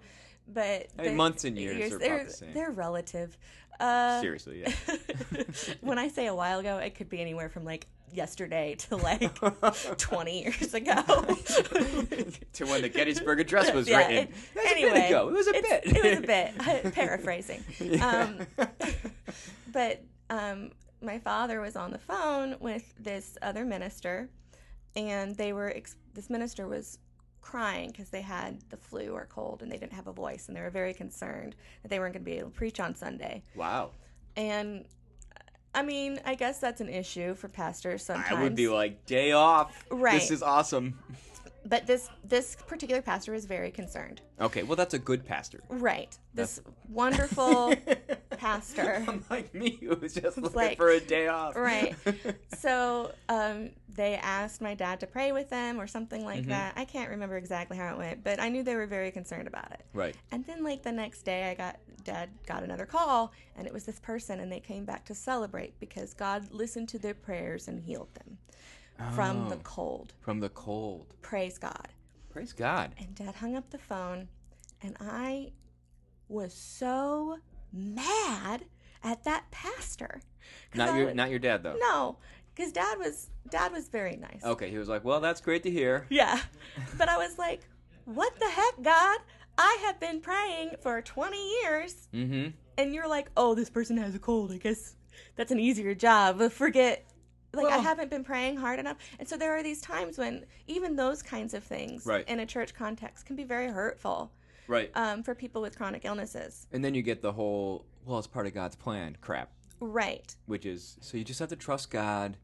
C: But
A: I mean,
C: the-
A: months and years are about
C: they're,
A: the same.
C: They're relative. Uh,
A: Seriously, yeah.
C: <laughs> when I say a while ago, it could be anywhere from like yesterday
A: <laughs>
C: to <laughs> like 20 years ago.
A: to when the Gettysburg Address was
C: Yeah,
A: written.
C: it-
A: That was
C: anyway,
A: a bit ago. It was a
C: it's-
A: bit.
C: It was a
A: <laughs>
C: bit. <laughs> Paraphrasing. Um, but um, my father was on the phone with this other minister, and they were ex- this minister was crying because they had the flu or cold and they didn't have a voice and they were very concerned that they weren't going to be able to preach on Sunday.
A: Wow.
C: And I mean, I guess that's an issue for pastors sometimes.
A: I would be like, day off.
C: Right.
A: This is awesome.
C: but this this particular pastor was very concerned.
A: Okay, well, that's a good pastor.
C: Right. This
A: <laughs>
C: wonderful pastor.
A: Unlike me, who was just looking
C: like-
A: for a day off.
C: Right. So um, they asked my dad to pray with them or something like that. I can't remember exactly how it went, but I knew they were very concerned about it.
A: <laughs> right.
C: And then like the next day, I got dad got another call, and it was this person, and they came back to celebrate because God listened to their prayers and healed them from the
A: Oh.
C: cold.
A: From the cold.
C: Praise God.
A: Praise God.
C: And dad hung up the phone, and I was so mad at that pastor. 'Cause
A: Not
C: I
A: your,
C: was-
A: not your dad though.
C: no, because dad was dad was very nice.
A: Okay, he was like, well, that's great to hear.
C: Yeah. But I was like, what the heck, God? I have been praying for 20 years,
A: Mm-hmm.
C: and you're like, oh, this person has a cold. I guess that's an easier job. But forget. Like, I
A: Well-
C: haven't been praying hard enough. And so there are these times when even those kinds of things
A: Right.
C: in a church context can be very hurtful
A: Right.
C: um, for people with chronic illnesses.
A: and then you get the whole, well, it's part of God's plan. Crap.
C: Right.
A: which is so you just have to trust God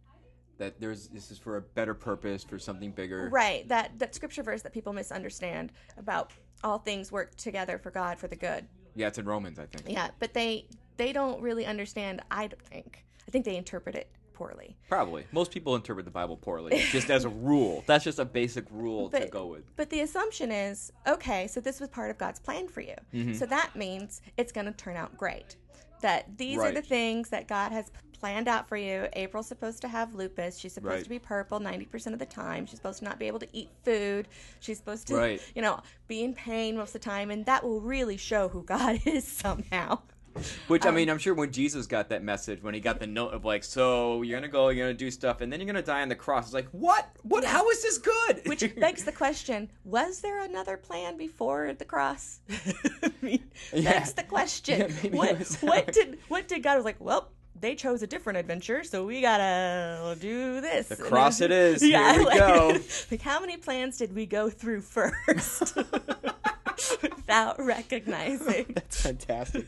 A: that there's this is for a better purpose, for something bigger.
C: Right. That, that scripture verse that people misunderstand about all things work together for God for the good.
A: Yeah, it's in Romans, I think.
C: Yeah, but they they don't really understand. I don't think. I think they interpret it poorly.
A: Probably. Most people interpret the Bible poorly, just as a rule. That's just a basic rule to
C: But-
A: go with.
C: But the assumption is, okay, so this was part of God's plan for you.
A: Mm-hmm.
C: So that means it's going to turn out great. That these are
A: Right.
C: the things that God has p- planned out for you. April's supposed to have lupus. She's supposed
A: Right.
C: to be purple 90% of the time. She's supposed to not be able to eat food. She's supposed to,
A: Right.
C: you know, be in pain most of the time. And that will really show who God <laughs> is somehow.
A: Which
C: um,
A: I mean, I'm sure when Jesus got that message, when he got the note of like, so you're gonna go, you're gonna do stuff, and then you're gonna die on the cross. It's like, what? What? How is this good? <laughs>
C: Which begs the question: Was there another plan before
A: <laughs>
C: the cross? I mean,
A: Yeah.
C: that's the question.
A: Yeah, maybe it
C: what
A: was- <laughs>
C: what did what did God was like? Well, they chose a different adventure, so we gotta do this. The
A: cross it
C: <laughs>
A: is. Here we go.
C: Like how many plans did we go
A: <laughs>
C: through first? <laughs> Without recognizing,
A: That's
C: <laughs>
A: fantastic.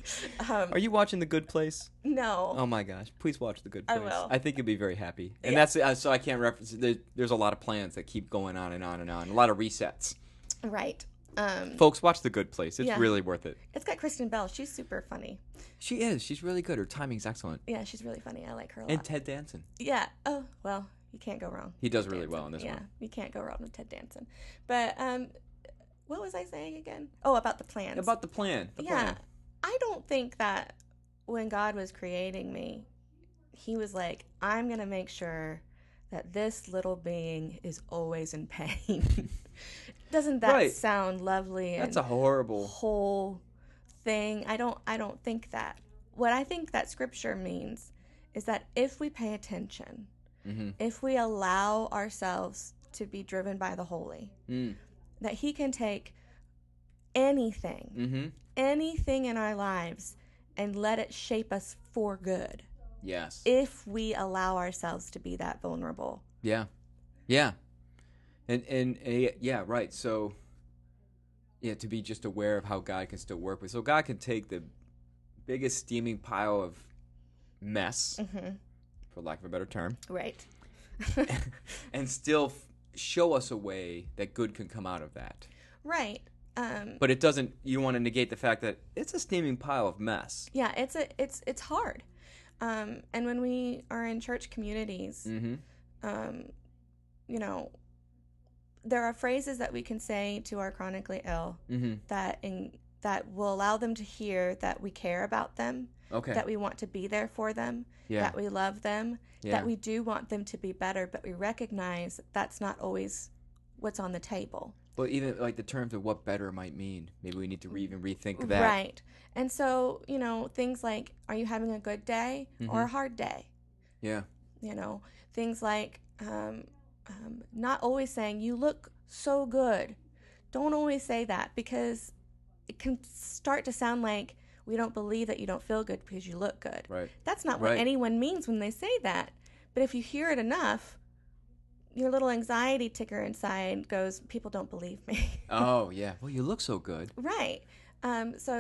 C: Um,
A: Are you watching The Good Place?
C: no,
A: Oh my gosh! Please watch The Good
C: I
A: Place.
C: will.
A: think you'll be very happy. And that's uh, so I can't reference. There, there's a lot of plans that keep going on and on and on. A lot of resets.
C: right? Um,
A: Folks, watch The Good Place. It's
C: Yeah.
A: really worth it.
C: it's got Kristen Bell. She's super funny.
A: She is. She's really good. Her timing's excellent.
C: Yeah, she's really funny. I like her a lot.
A: And Ted Danson.
C: yeah. Oh well, you can't go wrong.
A: He does really well in this
C: yeah,
A: one.
C: you can't go wrong with Ted Danson. But um, what was I saying again? Oh, about the plans.
A: About the plan. The
C: yeah,
A: Plan.
C: I don't think that when God was creating me, He was like, "I'm gonna make sure that this little being is always in pain." <laughs> Doesn't that
A: Right.
C: sound lovely? And
A: That's a horrible.
C: whole thing. I don't. I don't think that. What I think that scripture means is that if we pay attention,
A: Mhm.
C: if we allow ourselves to be driven by the holy,
A: Mm.
C: that He can take anything,
A: Mm-hmm.
C: anything in our lives, and let it shape us for good
A: Yes.
C: if we allow ourselves to be that vulnerable.
A: Yeah, yeah, and and uh, yeah, right. So yeah, to be just aware of how God can still work with. So God can take the biggest steaming pile of mess,
C: Mm-hmm.
A: for lack of a better term, <laughs>
C: Right.
A: and still f- show us a way that good can come out of that.
C: Right. Um,
A: But it doesn't. You want to negate the fact that it's a steaming pile of mess.
C: yeah. It's a. It's it's hard. Um, and when we are in church communities,
A: Mm-hmm.
C: um, you know, there are phrases that we can say to our chronically ill
A: Mm-hmm.
C: that in, that will allow them to hear that we care about them,
A: Okay.
C: that we want to be there for them,
A: Yeah.
C: that we love them,
A: Yeah.
C: that we do want them to be better, but we recognize that that's not always what's on the table.
A: well, even like the terms of what better might mean. Maybe we need to re- even rethink that.
C: Right. And so, you know, things like are you having a good day
A: Mm-hmm.
C: or a hard day?
A: Yeah.
C: you know things like um, um, not always saying you look so good don't always say that because it can start to sound like we don't believe that you don't feel good because you look good
A: Right.
C: that's not what
A: Right.
C: anyone means when they say that but if you hear it enough your little anxiety ticker inside goes, people don't believe me. <laughs>
A: Oh yeah. Well, you look so good.
C: right. Um, so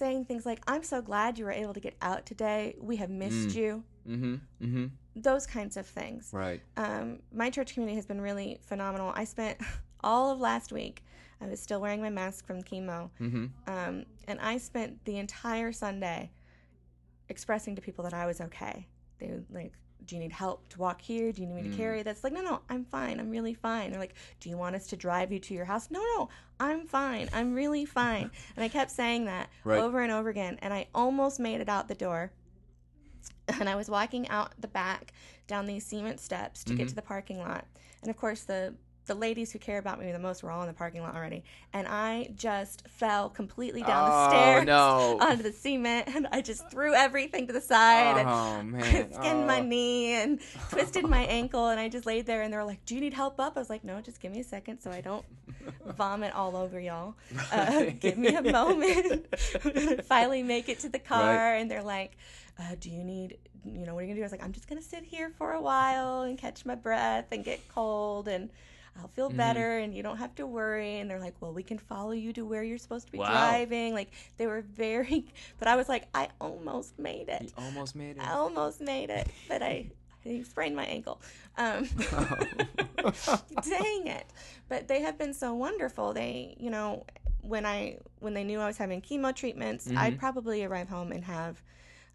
C: saying things like, I'm so glad you were able to get out today. We have missed
A: Mm.
C: you.
A: Mm-hmm. Mm-hmm.
C: Those kinds of things.
A: Right.
C: Um, my church community has been really phenomenal. I spent <laughs> all of last week, I was still wearing my mask from chemo,
A: Mm-hmm.
C: um, and I spent the entire Sunday expressing to people that I was okay. They were like, "Do you need help to walk here? Do you need me to
A: Mm.
C: carry this?" Like, no, no, I'm fine. I'm really fine. They're like, "Do you want us to drive you to your house?" No, no, I'm fine. I'm really fine. and I kept saying that
A: Right.
C: over and over again, and I almost made it out the door. <laughs> And I was walking out the back down these cement steps to get
A: Mhm.
C: to the parking lot, and of course the the ladies who care about me the most were all in the parking lot already, and I just fell completely down the
A: Oh
C: stairs
A: no.
C: <laughs> onto the cement and I just threw everything to the side <laughs> and
A: oh man.
C: I skinned my
A: Oh.
C: knee and twisted
A: <laughs>
C: my ankle and I just laid there and they were like, "Do you need help up?" I was like, "No, just give me a second so I don't
A: Oh.
C: <laughs> vomit all over y'all. Uh,
A: Right.
C: give me a moment." <laughs> Finally, make it to the car and they're like, uh, "Do you need?" You know what are you gonna do? I was like, I'm just gonna sit here for a while and catch my breath and get cold and I'll feel better and you don't have to worry. And they're like, well, we can follow you to where you're supposed to be
A: Wow.
C: driving. Like they were very, <laughs> but I was like, I almost made it.
A: You almost made it.
C: I almost made it, but I, I sprained my ankle. Um, <laughs> dang it! But they have been so wonderful. They, you know, when I when they knew I was having chemo treatments, I'd probably arrive home and have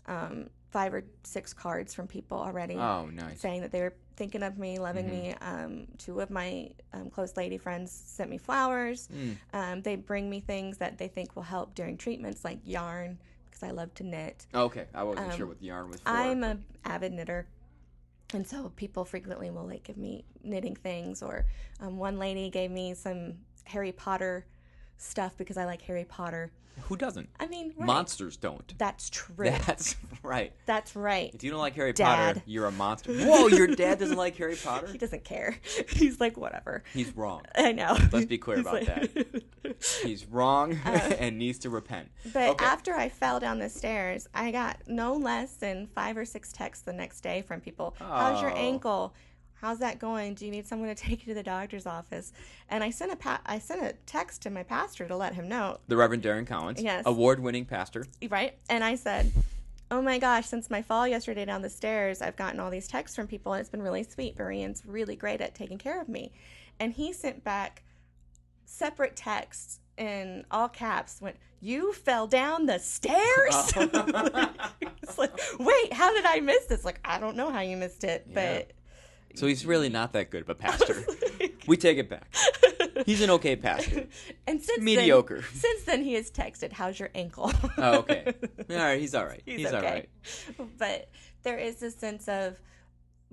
C: um, five or six cards from people already
A: <laughs> Oh, nice.
C: saying that they were thinking of me, loving me. Um, two of my um, close lady friends sent me flowers. Um, they bring me things that they think will help during treatments, like yarn, because I love to knit.
A: Okay, I wasn't
C: Um,
A: sure what the yarn was for.
C: I'm a avid knitter, and so people frequently will like give me knitting things. Or um, one lady gave me some Harry Potter stuff because I like Harry Potter.
A: Who doesn't?
C: I mean, right.
A: Monsters don't. <laughs>
C: That's true.
A: That's right.
C: That's right.
A: If you don't like Harry Potter,
C: Dad.
A: you're a
C: <laughs>
A: monster. Whoa, your dad doesn't like Harry Potter?
C: He doesn't care. <laughs> He's like, whatever.
A: He's wrong.
C: I know. <laughs>
A: Let's be clear
C: He's
A: about
C: like- Uh,
A: He's wrong <laughs> and needs to repent.
C: But
A: okay.
C: after I fell down the stairs, I got no less than five or six texts the next day from people. How's your
A: Oh.
C: ankle? How's that going? Do you need someone to <laughs> take you to the doctor's office? And I sent a pa- I sent a text to my pastor to let him know,
A: the Reverend Darren Collins,
C: Yes.
A: award-winning
C: <laughs>
A: pastor. <laughs>
C: right? And I said, "Oh my gosh, since my fall yesterday down the stairs, I've gotten all these texts from people, and it's been really sweet. Marianne's really great at taking care of me." And he sent back separate texts in all caps. Went, "You fell down the stairs."
A: <laughs> Oh.
C: it's like, wait, how did I miss this? Like, I don't know how you missed it,
A: Yeah.
C: but
A: So he's really not that good of a pastor. we take it back. He's an okay pastor.
C: <laughs> and since
A: Mediocre.
C: Then, since then, he has texted, "How's your ankle?"
A: Oh,
C: <laughs>
A: okay. All right, he's all right. He's,
C: He's
A: all
C: okay.
A: right.
C: but there is this sense of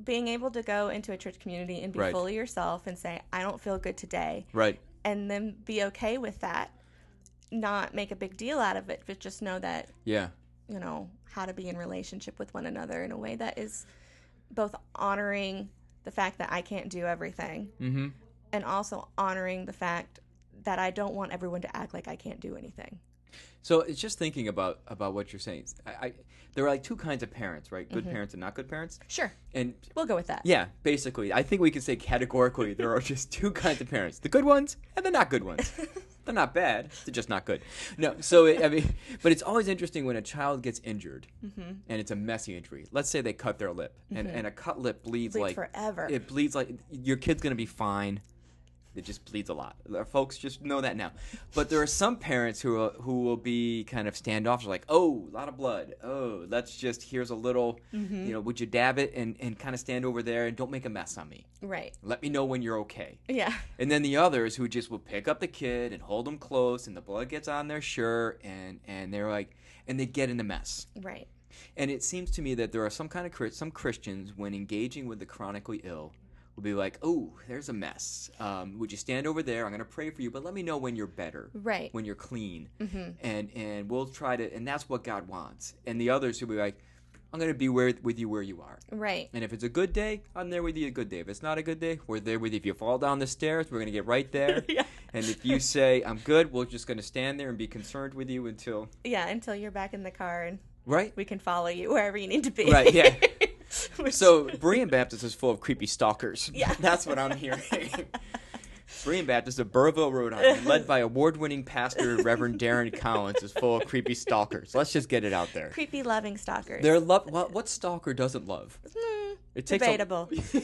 C: being able to go into a church community and be
A: Right.
C: fully yourself and say, "I don't feel good today,"
A: Right.
C: and then be okay with that, not make a big deal out of it, but just know that
A: Yeah.
C: you know how to be in relationship with one another in a way that is both honoring the fact that I can't do everything
A: Mm-hmm.
C: and also honoring the fact that I don't want everyone to act like I can't do anything.
A: So it's just thinking about about what you're saying. I, I there are like two kinds of parents, right?
C: Mm-hmm.
A: Good parents and not good parents.
C: Sure,
A: And
C: we'll go with that. <laughs>
A: yeah, basically, I think we can say categorically there are just two kinds of parents: the good ones and the not good ones. They're not bad; they're just not good. No, so it, I mean, but it's always interesting when a child gets injured
C: Mm-hmm.
A: and it's a messy injury. Let's say they cut their lip, and, and a cut lip bleeds
C: Bleed
A: like
C: Mm-hmm. forever.
A: It bleeds like your kid's gonna be fine. It just bleeds a lot. Uh, Folks, just know that now. But there are some parents who will, who will be kind of standoffish, like, "Oh, a lot of blood. Oh, let's just here's a little. You know, would you dab it and and kind of stand over there and don't make a mess on me.
C: Right.
A: Let me know when you're okay."
C: Yeah.
A: And then the others who just will pick up the kid and hold them close, and the blood gets on their shirt, and and they're like, and they get in a mess.
C: Right.
A: And it seems to me that there are some kind of Chri- some Christians when engaging with the chronically ill will be like, "Oh, there's a mess. Um, would you stand over there? I'm going to pray for you, but let me know when you're better,
C: Right. Mm-hmm.
A: When you're clean, and and we'll try to. And that's what God wants. And the others will be like, "I'm going to be where, with you where you are.
C: Right.
A: And if it's a good day, I'm there with you a good day. If it's not a good day, we're there with you. If you fall down the stairs, we're going to get right there.
C: <laughs> Yeah.
A: And if you say I'm good, we're just going to stand there and be concerned with you until
C: Yeah. Until you're back in the car and
A: right.
C: <laughs> we can follow you wherever you need to be.
A: Right, yeah. So Berean Baptist is full of creepy stalkers.
C: <laughs> Yeah.
A: <laughs> That's what I'm hearing. Berean Baptist of Burville, Rhode Island, led by award-winning pastor Reverend Darren Collins, is full of creepy stalkers. Let's just get it out there.
C: creepy loving stalkers.
A: They're love. What, what stalker doesn't love?
C: Hmm,
A: It takes a-
C: debatable.
A: <laughs>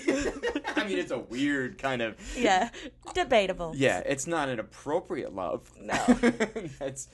A: I mean, it's a weird kind of.
C: yeah, debatable.
A: Yeah, it's not an appropriate love. <laughs>
C: No.
A: it's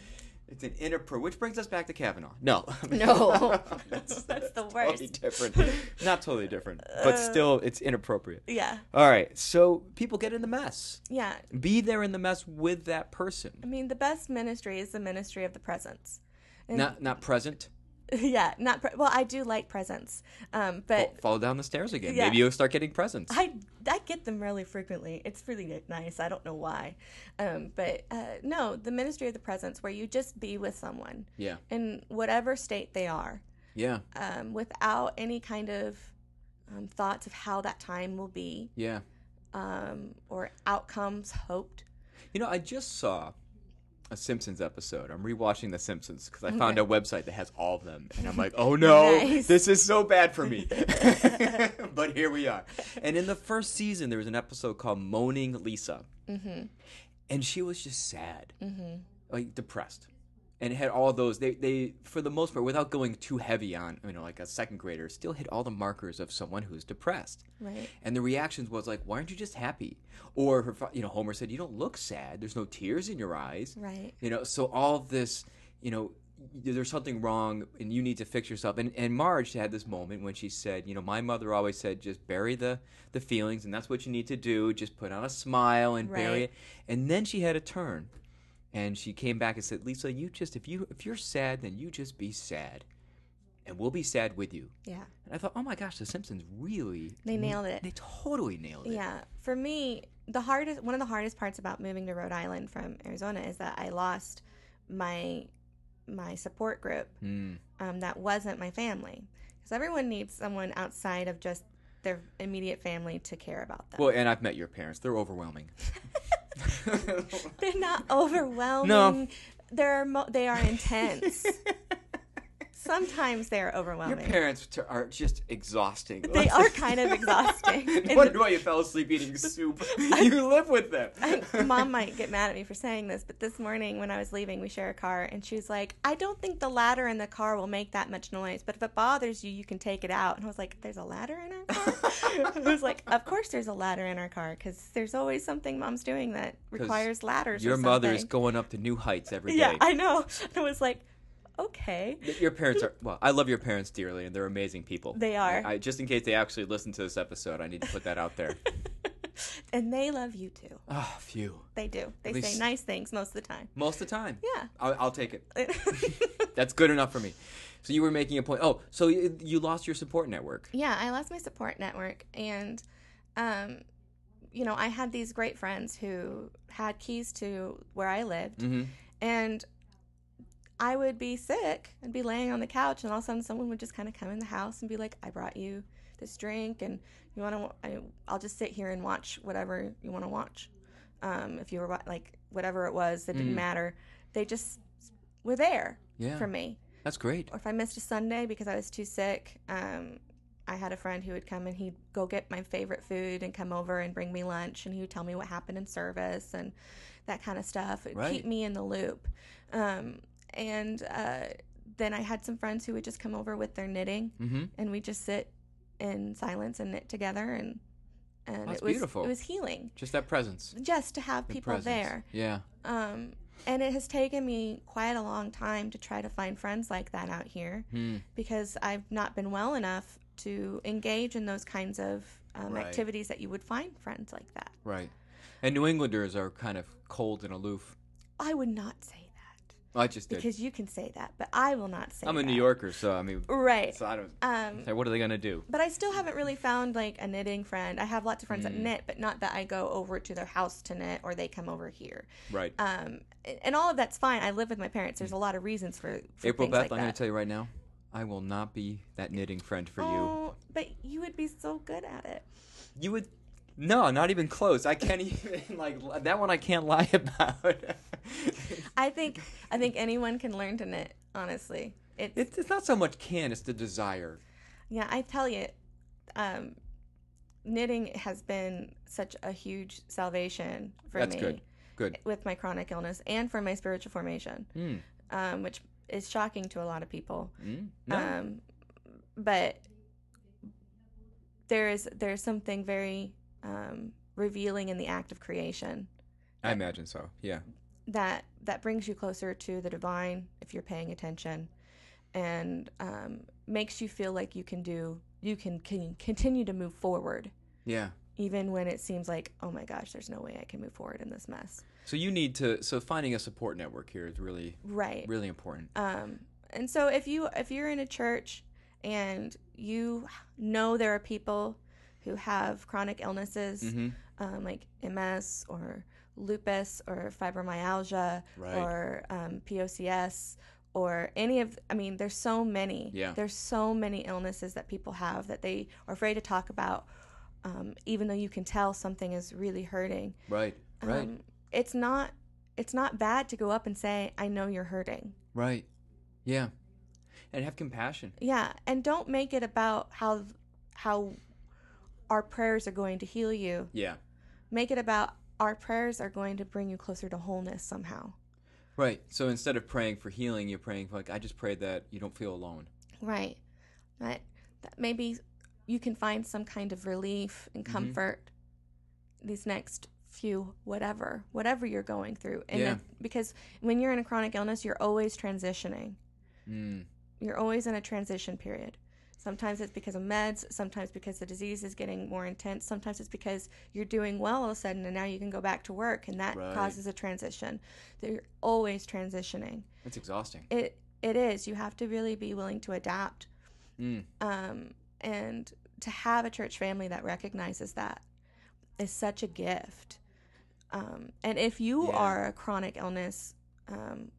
A: it's an inappropriate, which brings us back to Kavanaugh. No, <laughs>
C: No. <laughs> That's the
A: Totally
C: worst. Uh.
A: different. Not totally different, but still, it's inappropriate.
C: Yeah,
A: All right, so people get in the mess.
C: yeah.
A: Be there in the mess with that
C: I
A: person.
C: mean, the best ministry is the ministry of the presence. <laughs> And-
A: Not not present.
C: yeah, not pre- well. I do like presents, um, but
A: Fall, fall down the stairs again.
C: Yeah.
A: Maybe you'll start getting presents.
C: I I get them really frequently. It's really nice. I don't know why, um, but uh, no, the ministry of the presence, where you just be with someone
A: yeah,
C: in whatever state they are,
A: yeah,
C: um, without any kind of um, thoughts of how that time will be
A: yeah.
C: um, or outcomes hoped.
A: You know, I just saw a Simpsons episode. I'm rewatching The Simpsons because I found a website that has all of them, and I'm like, oh no,
C: Nice.
A: this is so bad for me. <laughs> but here we are. And in the first season, there was an episode called "Moaning Lisa," and she was just sad, like depressed. And it had all those. They, they, for the most part, without going too heavy on, you know, like a second grader, still hit all the markers of someone who's depressed.
C: Right.
A: And the reactions was like, "Why aren't you just happy?" Or her, fa- you know, Homer said, "You don't look sad. There's no tears in your eyes."
C: Right.
A: You know, so all of this, you know, y- there's something wrong, and you need to fix yourself. And and Marge had this moment when she said, "You know, my mother always said, just bury the the feelings, and that's what you need to do. Just put on a smile and bury
C: Right.
A: it." And then she had a turn, and she came back and said, "Lisa, you just if you if you're sad, then you just be sad, and we'll be sad with you."
C: Yeah.
A: And I thought, oh my gosh, The Simpsons really
C: They nailed it.
A: They totally nailed it.
C: Yeah. For me, the hardest one of the hardest parts about moving to Rhode Island from Arizona is that I lost my my support group
A: Mm.
C: um, that wasn't my family because everyone needs someone outside of just their immediate family to care about them.
A: Well, and I've met your parents. They're overwhelming.
C: <laughs> They're not overwhelming. They're mo- they
A: <laughs>
C: are intense. Sometimes they are
A: your
C: overwhelming.
A: parents t- are just exhausting. <laughs>
C: They are kind of exhausting.
A: no wonder why you fell asleep
C: <laughs>
A: eating soup. <laughs> you live with them.
C: Mom might get mad at me for saying this, but this morning when I was leaving, we share a car, and she was like, I don't think the ladder in the car will make that much noise, but if it bothers you, you can take it out. And I was like, There's a ladder in our car? <laughs> I was like, Of course there's a ladder in our car, because there's always something mom's doing that requires ladders. or
A: Your mother is
C: something."
A: going up to new heights every day.
C: Yeah, I know. <laughs> I was like, Okay. <laughs>
A: your parents are well. I love your parents dearly, and they're amazing people.
C: They are.
A: I, just in case they actually listen to this episode, I need to put that out
C: <laughs>
A: there.
C: and they love you too.
A: oh, phew.
C: They do. They
A: least-
C: say nice things most of
A: <laughs>
C: the time.
A: Most of the time.
C: Yeah.
A: I'll, I'll take it. That's good enough for me. So you were making a point. Oh, so you, you lost your support network.
C: yeah, I lost my support network and um you know, I had these great friends who had keys to where I lived
A: Mm-hmm.
C: and I would be sick and be laying on the couch and all of a sudden someone would just kind of come in the house and be like, "I brought you this drink and you want to I'll just sit here and watch whatever you want to watch." Um if you were wa- like whatever it was, it didn't
A: Mm.
C: matter. They just were there
A: Yeah.
C: for me
A: That's great.
C: or if I missed a Sunday because I was too sick, um, I had a friend who would come and he'd go get my favorite food and come over and bring me lunch and he would tell me what happened in service and that kind of stuff. It
A: Right.
C: keep me in the loop. Um, and uh, then I had some friends who would just come over with their knitting
A: Mm-hmm.
C: and we just sit in silence and knit together and and
A: That's
C: it was
A: beautiful.
C: it was healing
A: Just that presence.
C: just to have
A: The
C: people
A: presence.
C: there.
A: Yeah.
C: Um, and it has taken me quite a long time to try to find friends like that out here
A: Hmm.
C: because I've not been well enough to engage in those kinds of um,
A: Right.
C: activities that you would find friends like that.
A: Right. And New Englanders are kind of cold and aloof.
C: I would not say that
A: I just did.
C: because you can say that, but I will not say
A: I'm a
C: that.
A: New Yorker, so I mean,
C: Right.
A: so I don't.
C: Um,
A: so what are they gonna do?
C: but I still haven't really found like a knitting friend. I have lots of
A: Mm.
C: friends that knit, but not that I go over to their house to knit or they come over here.
A: Right.
C: Um, a- and all of that's fine. I live with my parents. There's a lot of reasons for, for
A: April
C: things
A: Beth,
C: like
A: I'm
C: that.
A: gonna tell you right now, I will not be that knitting friend for you.
C: Oh, but you would be so good at it.
A: You would. No, not even close. I can't <laughs> even like li- that one. I can't lie <laughs> about.
C: I think I think anyone can learn to knit. Honestly, it's
A: it's, it's not so much can; it's the desire.
C: yeah. I tell you, um, knitting has been such a huge salvation for
A: That's
C: me Uh,
A: good. Good.
C: with my chronic illness and for my spiritual formation,
A: Mm.
C: um, which is shocking to a lot of people.
A: Mm. No.
C: Um, but there is there's something very um, revealing in the act of creation uh,
A: I imagine so. Yeah.
C: that that brings you closer to the divine if you're paying attention, and um, makes you feel like you can do you can, can continue to move forward
A: Yeah.
C: even when it seems like oh my gosh there's no way I can move forward in this mess.
A: So you need to. So finding a support network here is really,
C: Right.
A: really important.
C: Um, and so if you if you're in a church and you know there are people who have chronic illnesses
A: Mm-hmm.
C: um, like MS or lupus or fibromyalgia
A: Right.
C: or um, POCS or any of I mean there's so many
A: Yeah.
C: there's so many illnesses that people have that they are afraid to talk about um, even though you can tell something is really hurting
A: Right. Right.
C: um, it's not it's not bad to go up and say I know you're hurting
A: right. Yeah. And have compassion.
C: Yeah, and don't make it about how how our prayers are going to heal you.
A: Yeah.
C: Make it about our prayers are going to bring you closer to wholeness somehow.
A: Right. So instead of praying for healing, you're praying for like I just pray that you don't feel alone.
C: Right. That that maybe you can find some kind of relief and
A: Mhm.
C: comfort these next few whatever whatever you're going through and
A: Yeah.
C: then- because when you're in a chronic illness you're always transitioning
A: Mm.
C: you're always in a transition period. Sometimes it's because of meds, sometimes because the disease is getting more intense, sometimes it's because you're doing well all of a sudden and now you can go back to work and that
A: Right.
C: causes a transition. That you're always transitioning.
A: That's exhausting.
C: It it is. You have to really be willing to adapt
A: Mm.
C: um, and to have a church family that recognizes that is such a gift. Um, and if you
A: Yeah.
C: are a chronic illness, um,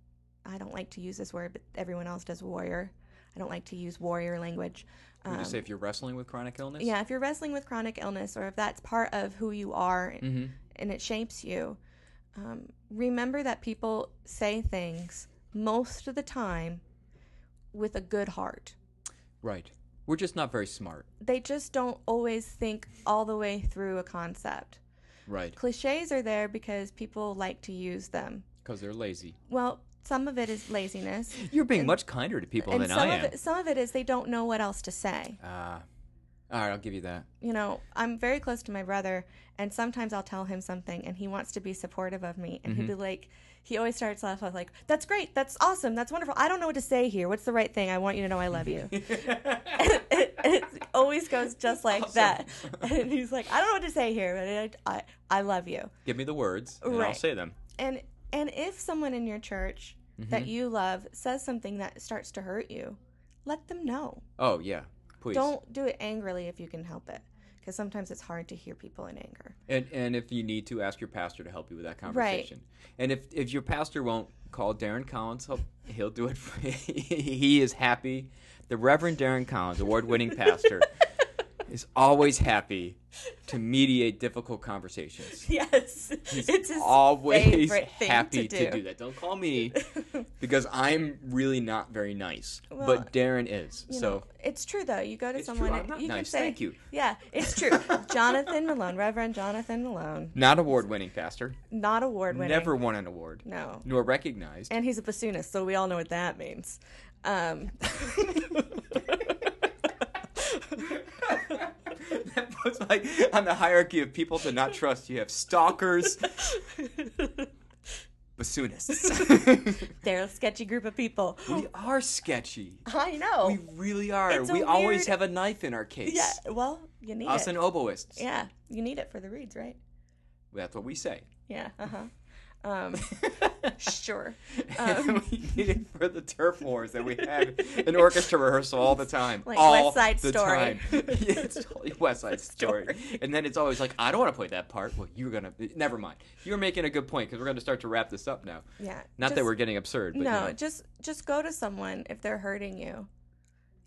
C: I don't like to use this word, but everyone else does warrior. I don't like to use warrior language.
A: Would you
C: Um,
A: say if you're wrestling with chronic illness?
C: yeah, if you're wrestling with chronic illness or if that's part of who you are
A: Mm-hmm.
C: and it shapes you, um, remember that people say things most of the time with a good heart.
A: Right. We're just not very smart.
C: they just don't always think all the way through a concept.
A: Right.
C: Cliches are there because people like to use them.
A: Because they're lazy.
C: Well, some of it is laziness,
A: You're being much kinder to people
C: and
A: than
C: some
A: I
C: of
A: am.
C: it, some of it is they don't know what else to say.
A: Ah. all right. I'll give you
C: <laughs>
A: that.
C: You know, I'm very close to my brother, and sometimes I'll tell him something, and he wants to be supportive of me, and
A: Mm-hmm.
C: he'll be like, he always starts off with like, "That's great, that's awesome, that's wonderful. I don't know what to say here. What's the right thing? I want you to know I
A: <laughs>
C: love you." <laughs> it, it always goes just like
A: Awesome.
C: that. <laughs> And he's like, I don't know what to say here, but I, I, I love you.
A: Give me the words, and I'll
C: Right.
A: say them.
C: And and if someone in your church
A: Mm-hmm.
C: that you love says something that starts to hurt you, let them know.
A: Oh yeah. Please.
C: Don't do it angrily if you can help it, because sometimes it's hard to hear people
A: <laughs>
C: in anger.
A: And and if you need to, ask your pastor to help you with that conversation. And if if your pastor won't, call Darren Collins. He'll he'll do it. For, <laughs> he is happy. The Reverend Darren Collins, award-winning pastor,
C: <laughs>
A: is always happy to mediate difficult conversations.
C: <laughs> Yes, it's his <laughs>
A: Always
C: favorite thing
A: happy
C: to
A: to do.
C: do.
A: that. Don't call me because I'm really not very nice,
C: Well,
A: but Darren is.
C: You
A: so
C: know, it's true though. You go to
A: It's true.
C: someone.
A: I'm not
C: you can
A: nice.
C: say-
A: Thank you.
C: Yeah, it's
A: <laughs>
C: true. Jonathan Malone, Reverend Jonathan Malone,
A: not award-winning pastor,
C: not award winning.
A: never won an award,
C: No.
A: nor recognized.
C: And he's a bassoonist, so we all know what that means. Um, <laughs>
A: <laughs> that was like on the hierarchy of people to not trust. You have stalkers,
C: <laughs>
A: bassoonists.
C: they're a sketchy group of people.
A: we are sketchy.
C: I know.
A: We really are.
C: Oh. It's a
A: We always
C: weird-
A: have a knife in our case.
C: yeah, well, you need
A: Us
C: it.
A: and oboists.
C: yeah, you need it for the reads, right?
A: That's what we say.
C: Yeah, uh
A: Uh-huh.
C: huh.
A: <laughs>
C: Um, sure. Um.
A: And we need it for the turf wars that we have in orchestra rehearsal all the time.
C: Like
A: all
C: West Side
A: the
C: Story. <laughs>
A: Time. Yeah, it's totally West Side Story. And then it's always like, I don't want to play that part. Well, you're going to. Never mind. You're making a good point because we're going to start to wrap this up now.
C: Yeah.
A: Not that
C: just-
A: we're getting absurd, but. you
C: no,
A: know.
C: just just go to someone if they're hurting you,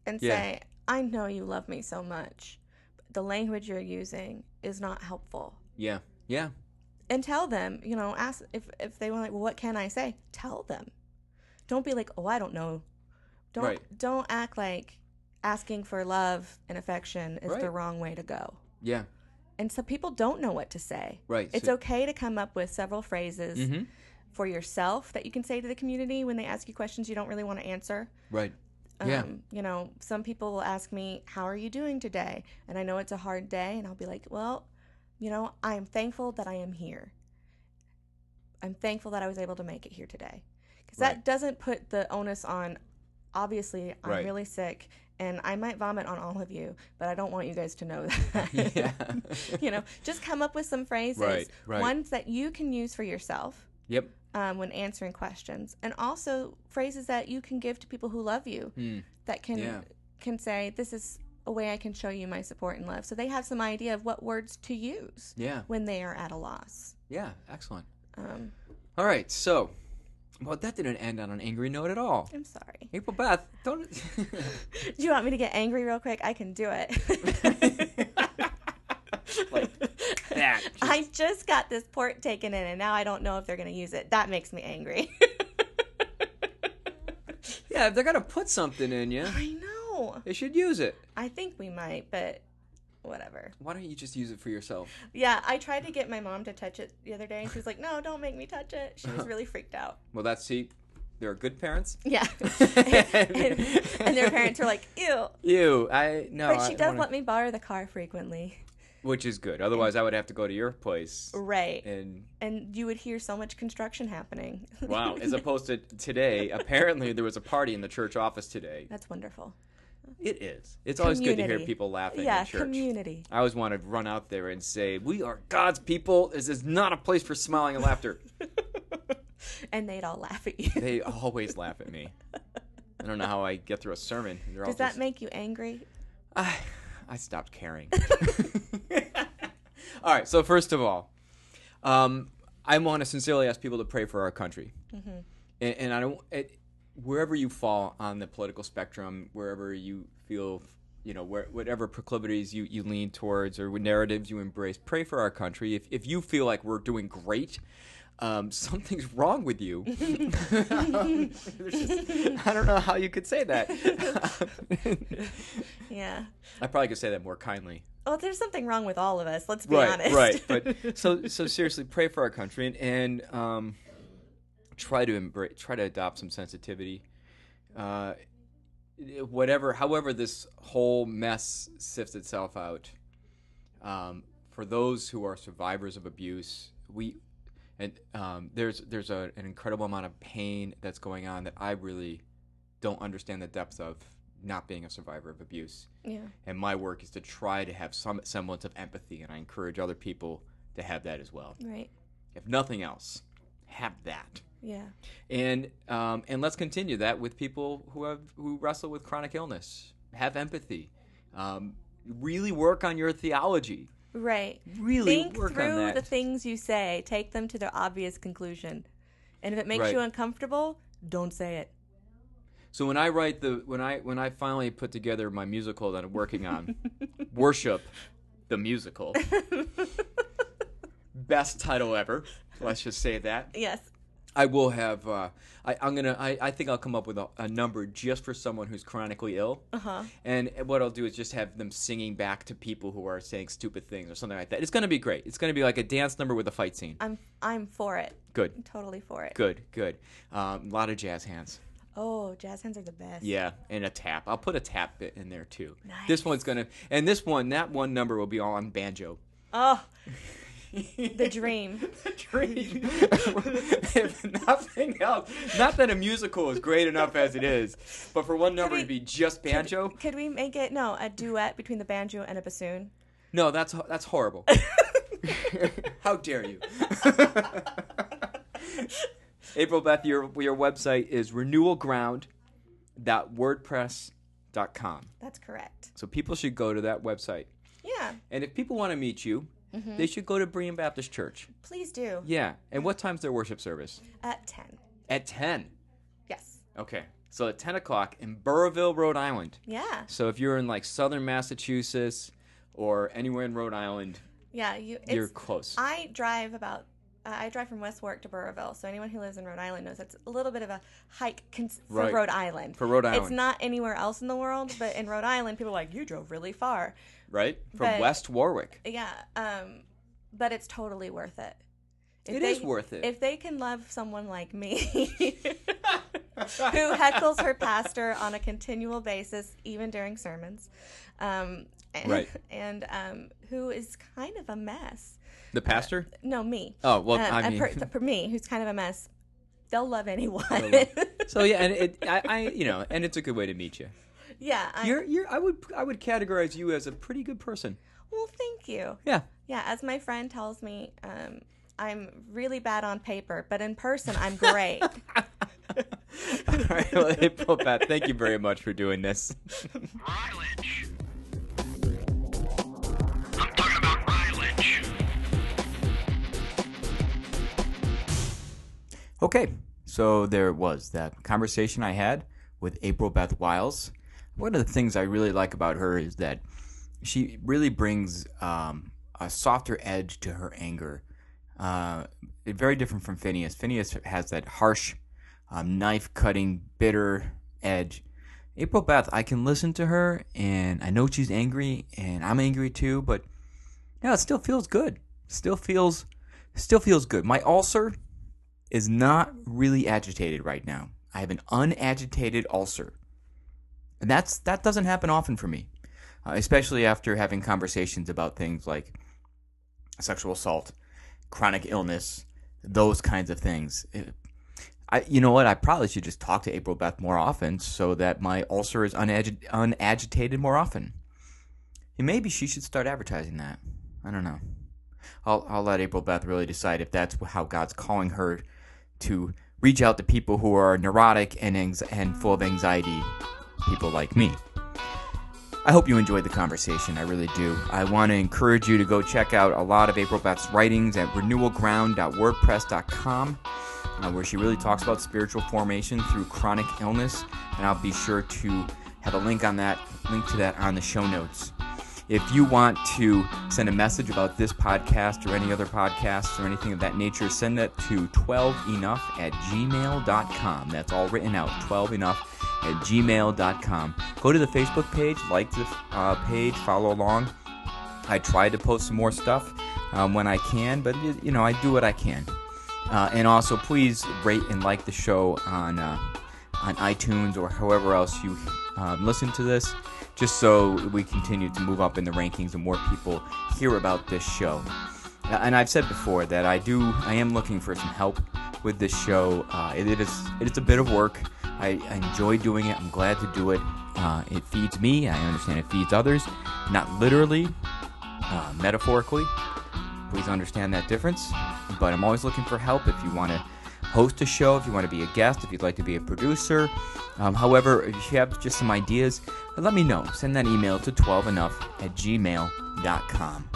C: and
A: Yeah.
C: say, "I know you love me so much, but the language you're using is not helpful."
A: Yeah. Yeah.
C: and tell them you know ask if if they want like well, what can i say tell them don't be like oh i don't know don't
A: Right.
C: don't act like asking for love and affection is the
A: Right.
C: wrong way to go.
A: Yeah.
C: And so people don't know what to say.
A: Right,
C: It's
A: so-
C: okay to come up with several phrases
A: Mhm.
C: for yourself that you can say to the community when they ask you questions you don't really want to answer.
A: Right.
C: um, <laughs>
A: Yeah. <laughs>
C: You know, some people will ask me, How are you doing today? And I know it's a hard day. And I'll be like, Well, you know, I'm thankful that I am here. I'm thankful that I was able to make it here today. Because
A: Right.
C: that doesn't put the onus on, obviously, I'm
A: Right.
C: really sick and I might vomit on all of you, but I don't want you guys
A: <laughs>
C: to know that.
A: Yeah.
C: <laughs> you know, just come up with some phrases,
A: Right, right.
C: ones that you can use for yourself
A: Yep.
C: um, when answering questions, and also phrases that you can give to people who love you
A: Hmm.
C: that can
A: Yeah.
C: can say, "This is a way I can show you my support and love." So they have some idea of what words to use
A: Yeah.
C: when they are at a loss.
A: Yeah. Excellent.
C: Um,
A: All right. So, well, that didn't end on an angry note at all.
C: I'm sorry.
A: April Beth, don't. <laughs>
C: Do you want me to get angry real quick? I can do it.
A: <laughs> like that.
C: <laughs> I just got this port taken in, and now I don't know if they're going to use it. That makes me angry. <laughs>
A: Yeah, if they're gonna put something in you,
C: I know.
A: they should use it.
C: I think we might, but whatever.
A: Why don't you just use it for yourself?
C: Yeah, I tried to get my mom to touch it the other day, and she was like, "No, don't make me touch it." She
A: Uh-huh.
C: was really freaked out.
A: Well, that's see, there are good parents.
C: Yeah, <laughs> and, and their parents were like, "Ew."
A: Ew, I no.
C: But
A: Oh, I
C: she does
A: wanna-
C: let me borrow the car frequently,
A: which is good. Otherwise, I would have to go to your place.
C: right?
A: And
C: And you would hear so much construction happening.
A: wow, as opposed to today, apparently there was a party in the church office today.
C: <laughs> That's wonderful.
A: It is. It's always good to hear
C: Community.
A: people laughing
C: Yeah,
A: in church.
C: <laughs> community.
A: I always want to run out there and say, "We are God's people. This is not a place for smiling and laughter."
C: and they'd all laugh at you.
A: They always laugh at me. I don't know how I get through a sermon. They're all
C: Does that
A: just-
C: make you angry?
A: I, <sighs> I stopped caring. <laughs> all right. So first of all, um, I want to sincerely ask people to pray for our country, and, and I don't. It, wherever you fall on the political spectrum, wherever you feel, you know, where, whatever proclivities you, you lean towards or what narratives you embrace, pray for our country. If if you feel like we're doing great. Um, <laughs> something's wrong with you. <laughs> There's just- I don't know how you could say that.
C: Yeah.
A: I probably could say that more kindly.
C: Well, there's something wrong with all of us. Let's be honest.
A: But <laughs> so so seriously, pray for our country and, and um, try to embrace, try to adopt some sensitivity. Uh, whatever, however, this whole mess sifts itself out. Um, for those who are survivors of abuse, we and um, there's there's a, an incredible amount of pain that's going on that I really don't understand the depth of not being a survivor of abuse
C: <laughs> yeah.
A: and my work is to try to have some semblance of empathy and i encourage other people to have that as well
C: Right.
A: if nothing else have that
C: Yeah.
A: and um, and let's continue that with people who have who wrestle with chronic illness have empathy um, really work on your theology
C: Right.
A: really
C: think
A: work on
C: through
A: that
C: the things you say. Take them to their obvious conclusion. And if it makes
A: Right.
C: you uncomfortable, don't say it. <laughs>
A: so when i write the when i when i finally put together my musical that i'm working
C: <laughs>
A: on worship the musical best title ever let's just say that
C: Yes.
A: I will have. Uh, I, I'm gonna. I, I think I'll come up with a, a number just for someone who's chronically ill.
C: Uh-huh.
A: And what I'll do is just have them singing back to people who are saying stupid things or something like that. It's gonna be great. It's gonna be like a dance number with a fight scene.
C: I'm I'm for it.
A: Good,
C: I'm totally for it.
A: good, good. Um, a lot of jazz hands.
C: Oh, jazz hands are the best.
A: Yeah, and a tap. I'll put a tap bit in there too.
C: Nice.
A: This one's gonna. And this one, that one number will be all on banjo.
C: Oh. <laughs> the dream.
A: dream. if nothing else, not that a musical is great enough as it is, but for one number
C: we-
A: to be just <laughs> banjo,
C: Could we make it no, a duet between the banjo and a bassoon?
A: no, that's ho- that's
C: <laughs>
A: horrible. How dare you? <laughs> April Beth, your your website is renewalground.wordpress.com.
C: That's correct.
A: So people should go to that website.
C: Yeah.
A: And if people want to meet you,
C: Mm-hmm.
A: they should go to Bream Baptist Church.
C: Please do.
A: Yeah. And what time's their worship service?
C: At ten.
A: At 10.
C: Yes.
A: Okay. So at 10 o'clock in Burrillville, Rhode Island.
C: Yeah.
A: So if you're in like southern Massachusetts or anywhere in Rhode Island,
C: Yeah. You it's
A: you're close.
C: I drive about uh, I drive from West Warwick to Burrillville, so anyone who lives in Rhode Island knows that's a little bit of a hike cons-
D: Right.
C: for Rhode Island.
D: For Rhode
C: It's
D: Island,
C: not anywhere else in the world, but in Rhode Island, people are like, you drove really far.
D: right? From
C: but-
D: West Warwick.
C: Yeah, um, but it's totally worth it.
D: It is worth it.
C: If they can love someone like
D: <laughs>
C: me, who heckles her pastor on a continual basis, even during sermons, um, and,
D: Right.
C: and um, who is kind of a mess.
D: The pastor?
C: No, me.
D: Oh, well,
C: Um,
D: I
C: a
D: mean. <laughs>
C: per- for me, who's kind of a mess, they'll love anyone.
D: so yeah, and it, I, I, you know, and it's a good way to meet you.
C: <laughs> yeah. I,
D: You're, you're. I would, I would categorize you as a pretty good person.
C: well, thank you.
D: Yeah.
C: Yeah, as my friend tells me, um, I'm really bad on paper, but in person, I'm great.
D: All right, well, April Pat, thank you very much for doing this.
E: Mileage. I'm talking about mileage.
A: Okay, so there it was that conversation I had with April Beth Wiles. One of the things I really like about her is that she really brings um, a softer edge to her anger. Uh, very different from Phineas. Phineas has that harsh, um, knife cutting, bitter edge. April Beth, I can listen to her, and I know she's angry, and I'm angry too, but yeah, it still feels good. Still feels, still feels good. My ulcer is not really agitated right now. I have an unagitated ulcer. And that's that doesn't happen often for me, uh, especially after having conversations about things like sexual assault, chronic illness, those kinds of things. It- I, you know what? I probably should just talk to April Beth more often so that my ulcer is unagi- unagitated more often. And maybe she should start advertising that. I don't know. I'll, I'll let April Beth really decide if that's how God's calling her to reach out to people who are neurotic and, anx- and full of anxiety, people like me. I hope you enjoyed the conversation. I really do. I want to encourage you to go check out a lot of April Beth's writings at renewalground.wordpress.com, uh, where she really talks about spiritual formation through chronic illness. And I'll be sure to have a link on that, link to that on the show notes. If you want to send a message about this podcast or any other podcasts or anything of that nature, send that to 12enough at gmail.com. That's all written out 12enough at gmail.com. Go to the Facebook page, like the uh, page, follow along. I try to post some more stuff um, when I can, but y- you know, I do what I can. Uh, and also, please rate and like the show on uh, on iTunes or however else you um, listen to this, just so we continue to move up in the rankings and more people hear about this show. Uh, And I've said before that I do, I am looking for some help with this show. Uh, it, it is it is a bit of work. I, I enjoy doing it. I'm glad to do it. Uh, it feeds me. I understand it feeds others, not literally, uh, metaphorically. Please understand that difference. But I'm always looking for help if you want to host a show, if you want to be a guest, if you'd like to be a producer. Um, however, if you have just some ideas, let me know. Send that email to 12enough at gmail.com.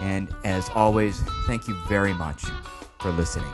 A: And as always, thank you very much for listening.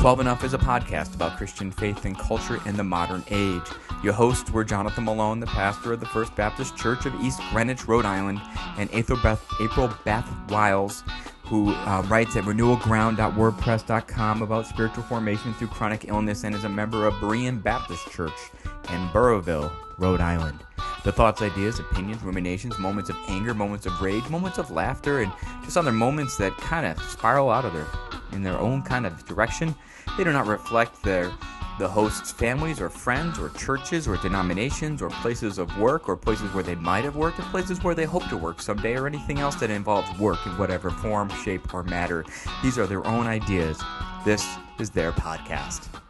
A: Twelve Enough is a podcast about Christian faith and culture in the modern age. Your hosts were Jonathan Malone, the pastor of the First Baptist Church of East Greenwich, Rhode Island, and April Beth, April Beth Wiles, who uh, writes at renewalground.wordpress.com about spiritual formation through chronic illness and is a member of Berean Baptist Church in Burrowville, Rhode Island. The thoughts, ideas, opinions, ruminations, moments of anger, moments of rage, moments of laughter, and just other moments that kind of spiral out of their in their own kind of direction. They do not reflect their the host's families or friends or churches or denominations or places of work or places where they might have worked or places where they hope to work someday or anything else that involves work in whatever form, shape, or matter. These are their own ideas. This is their podcast.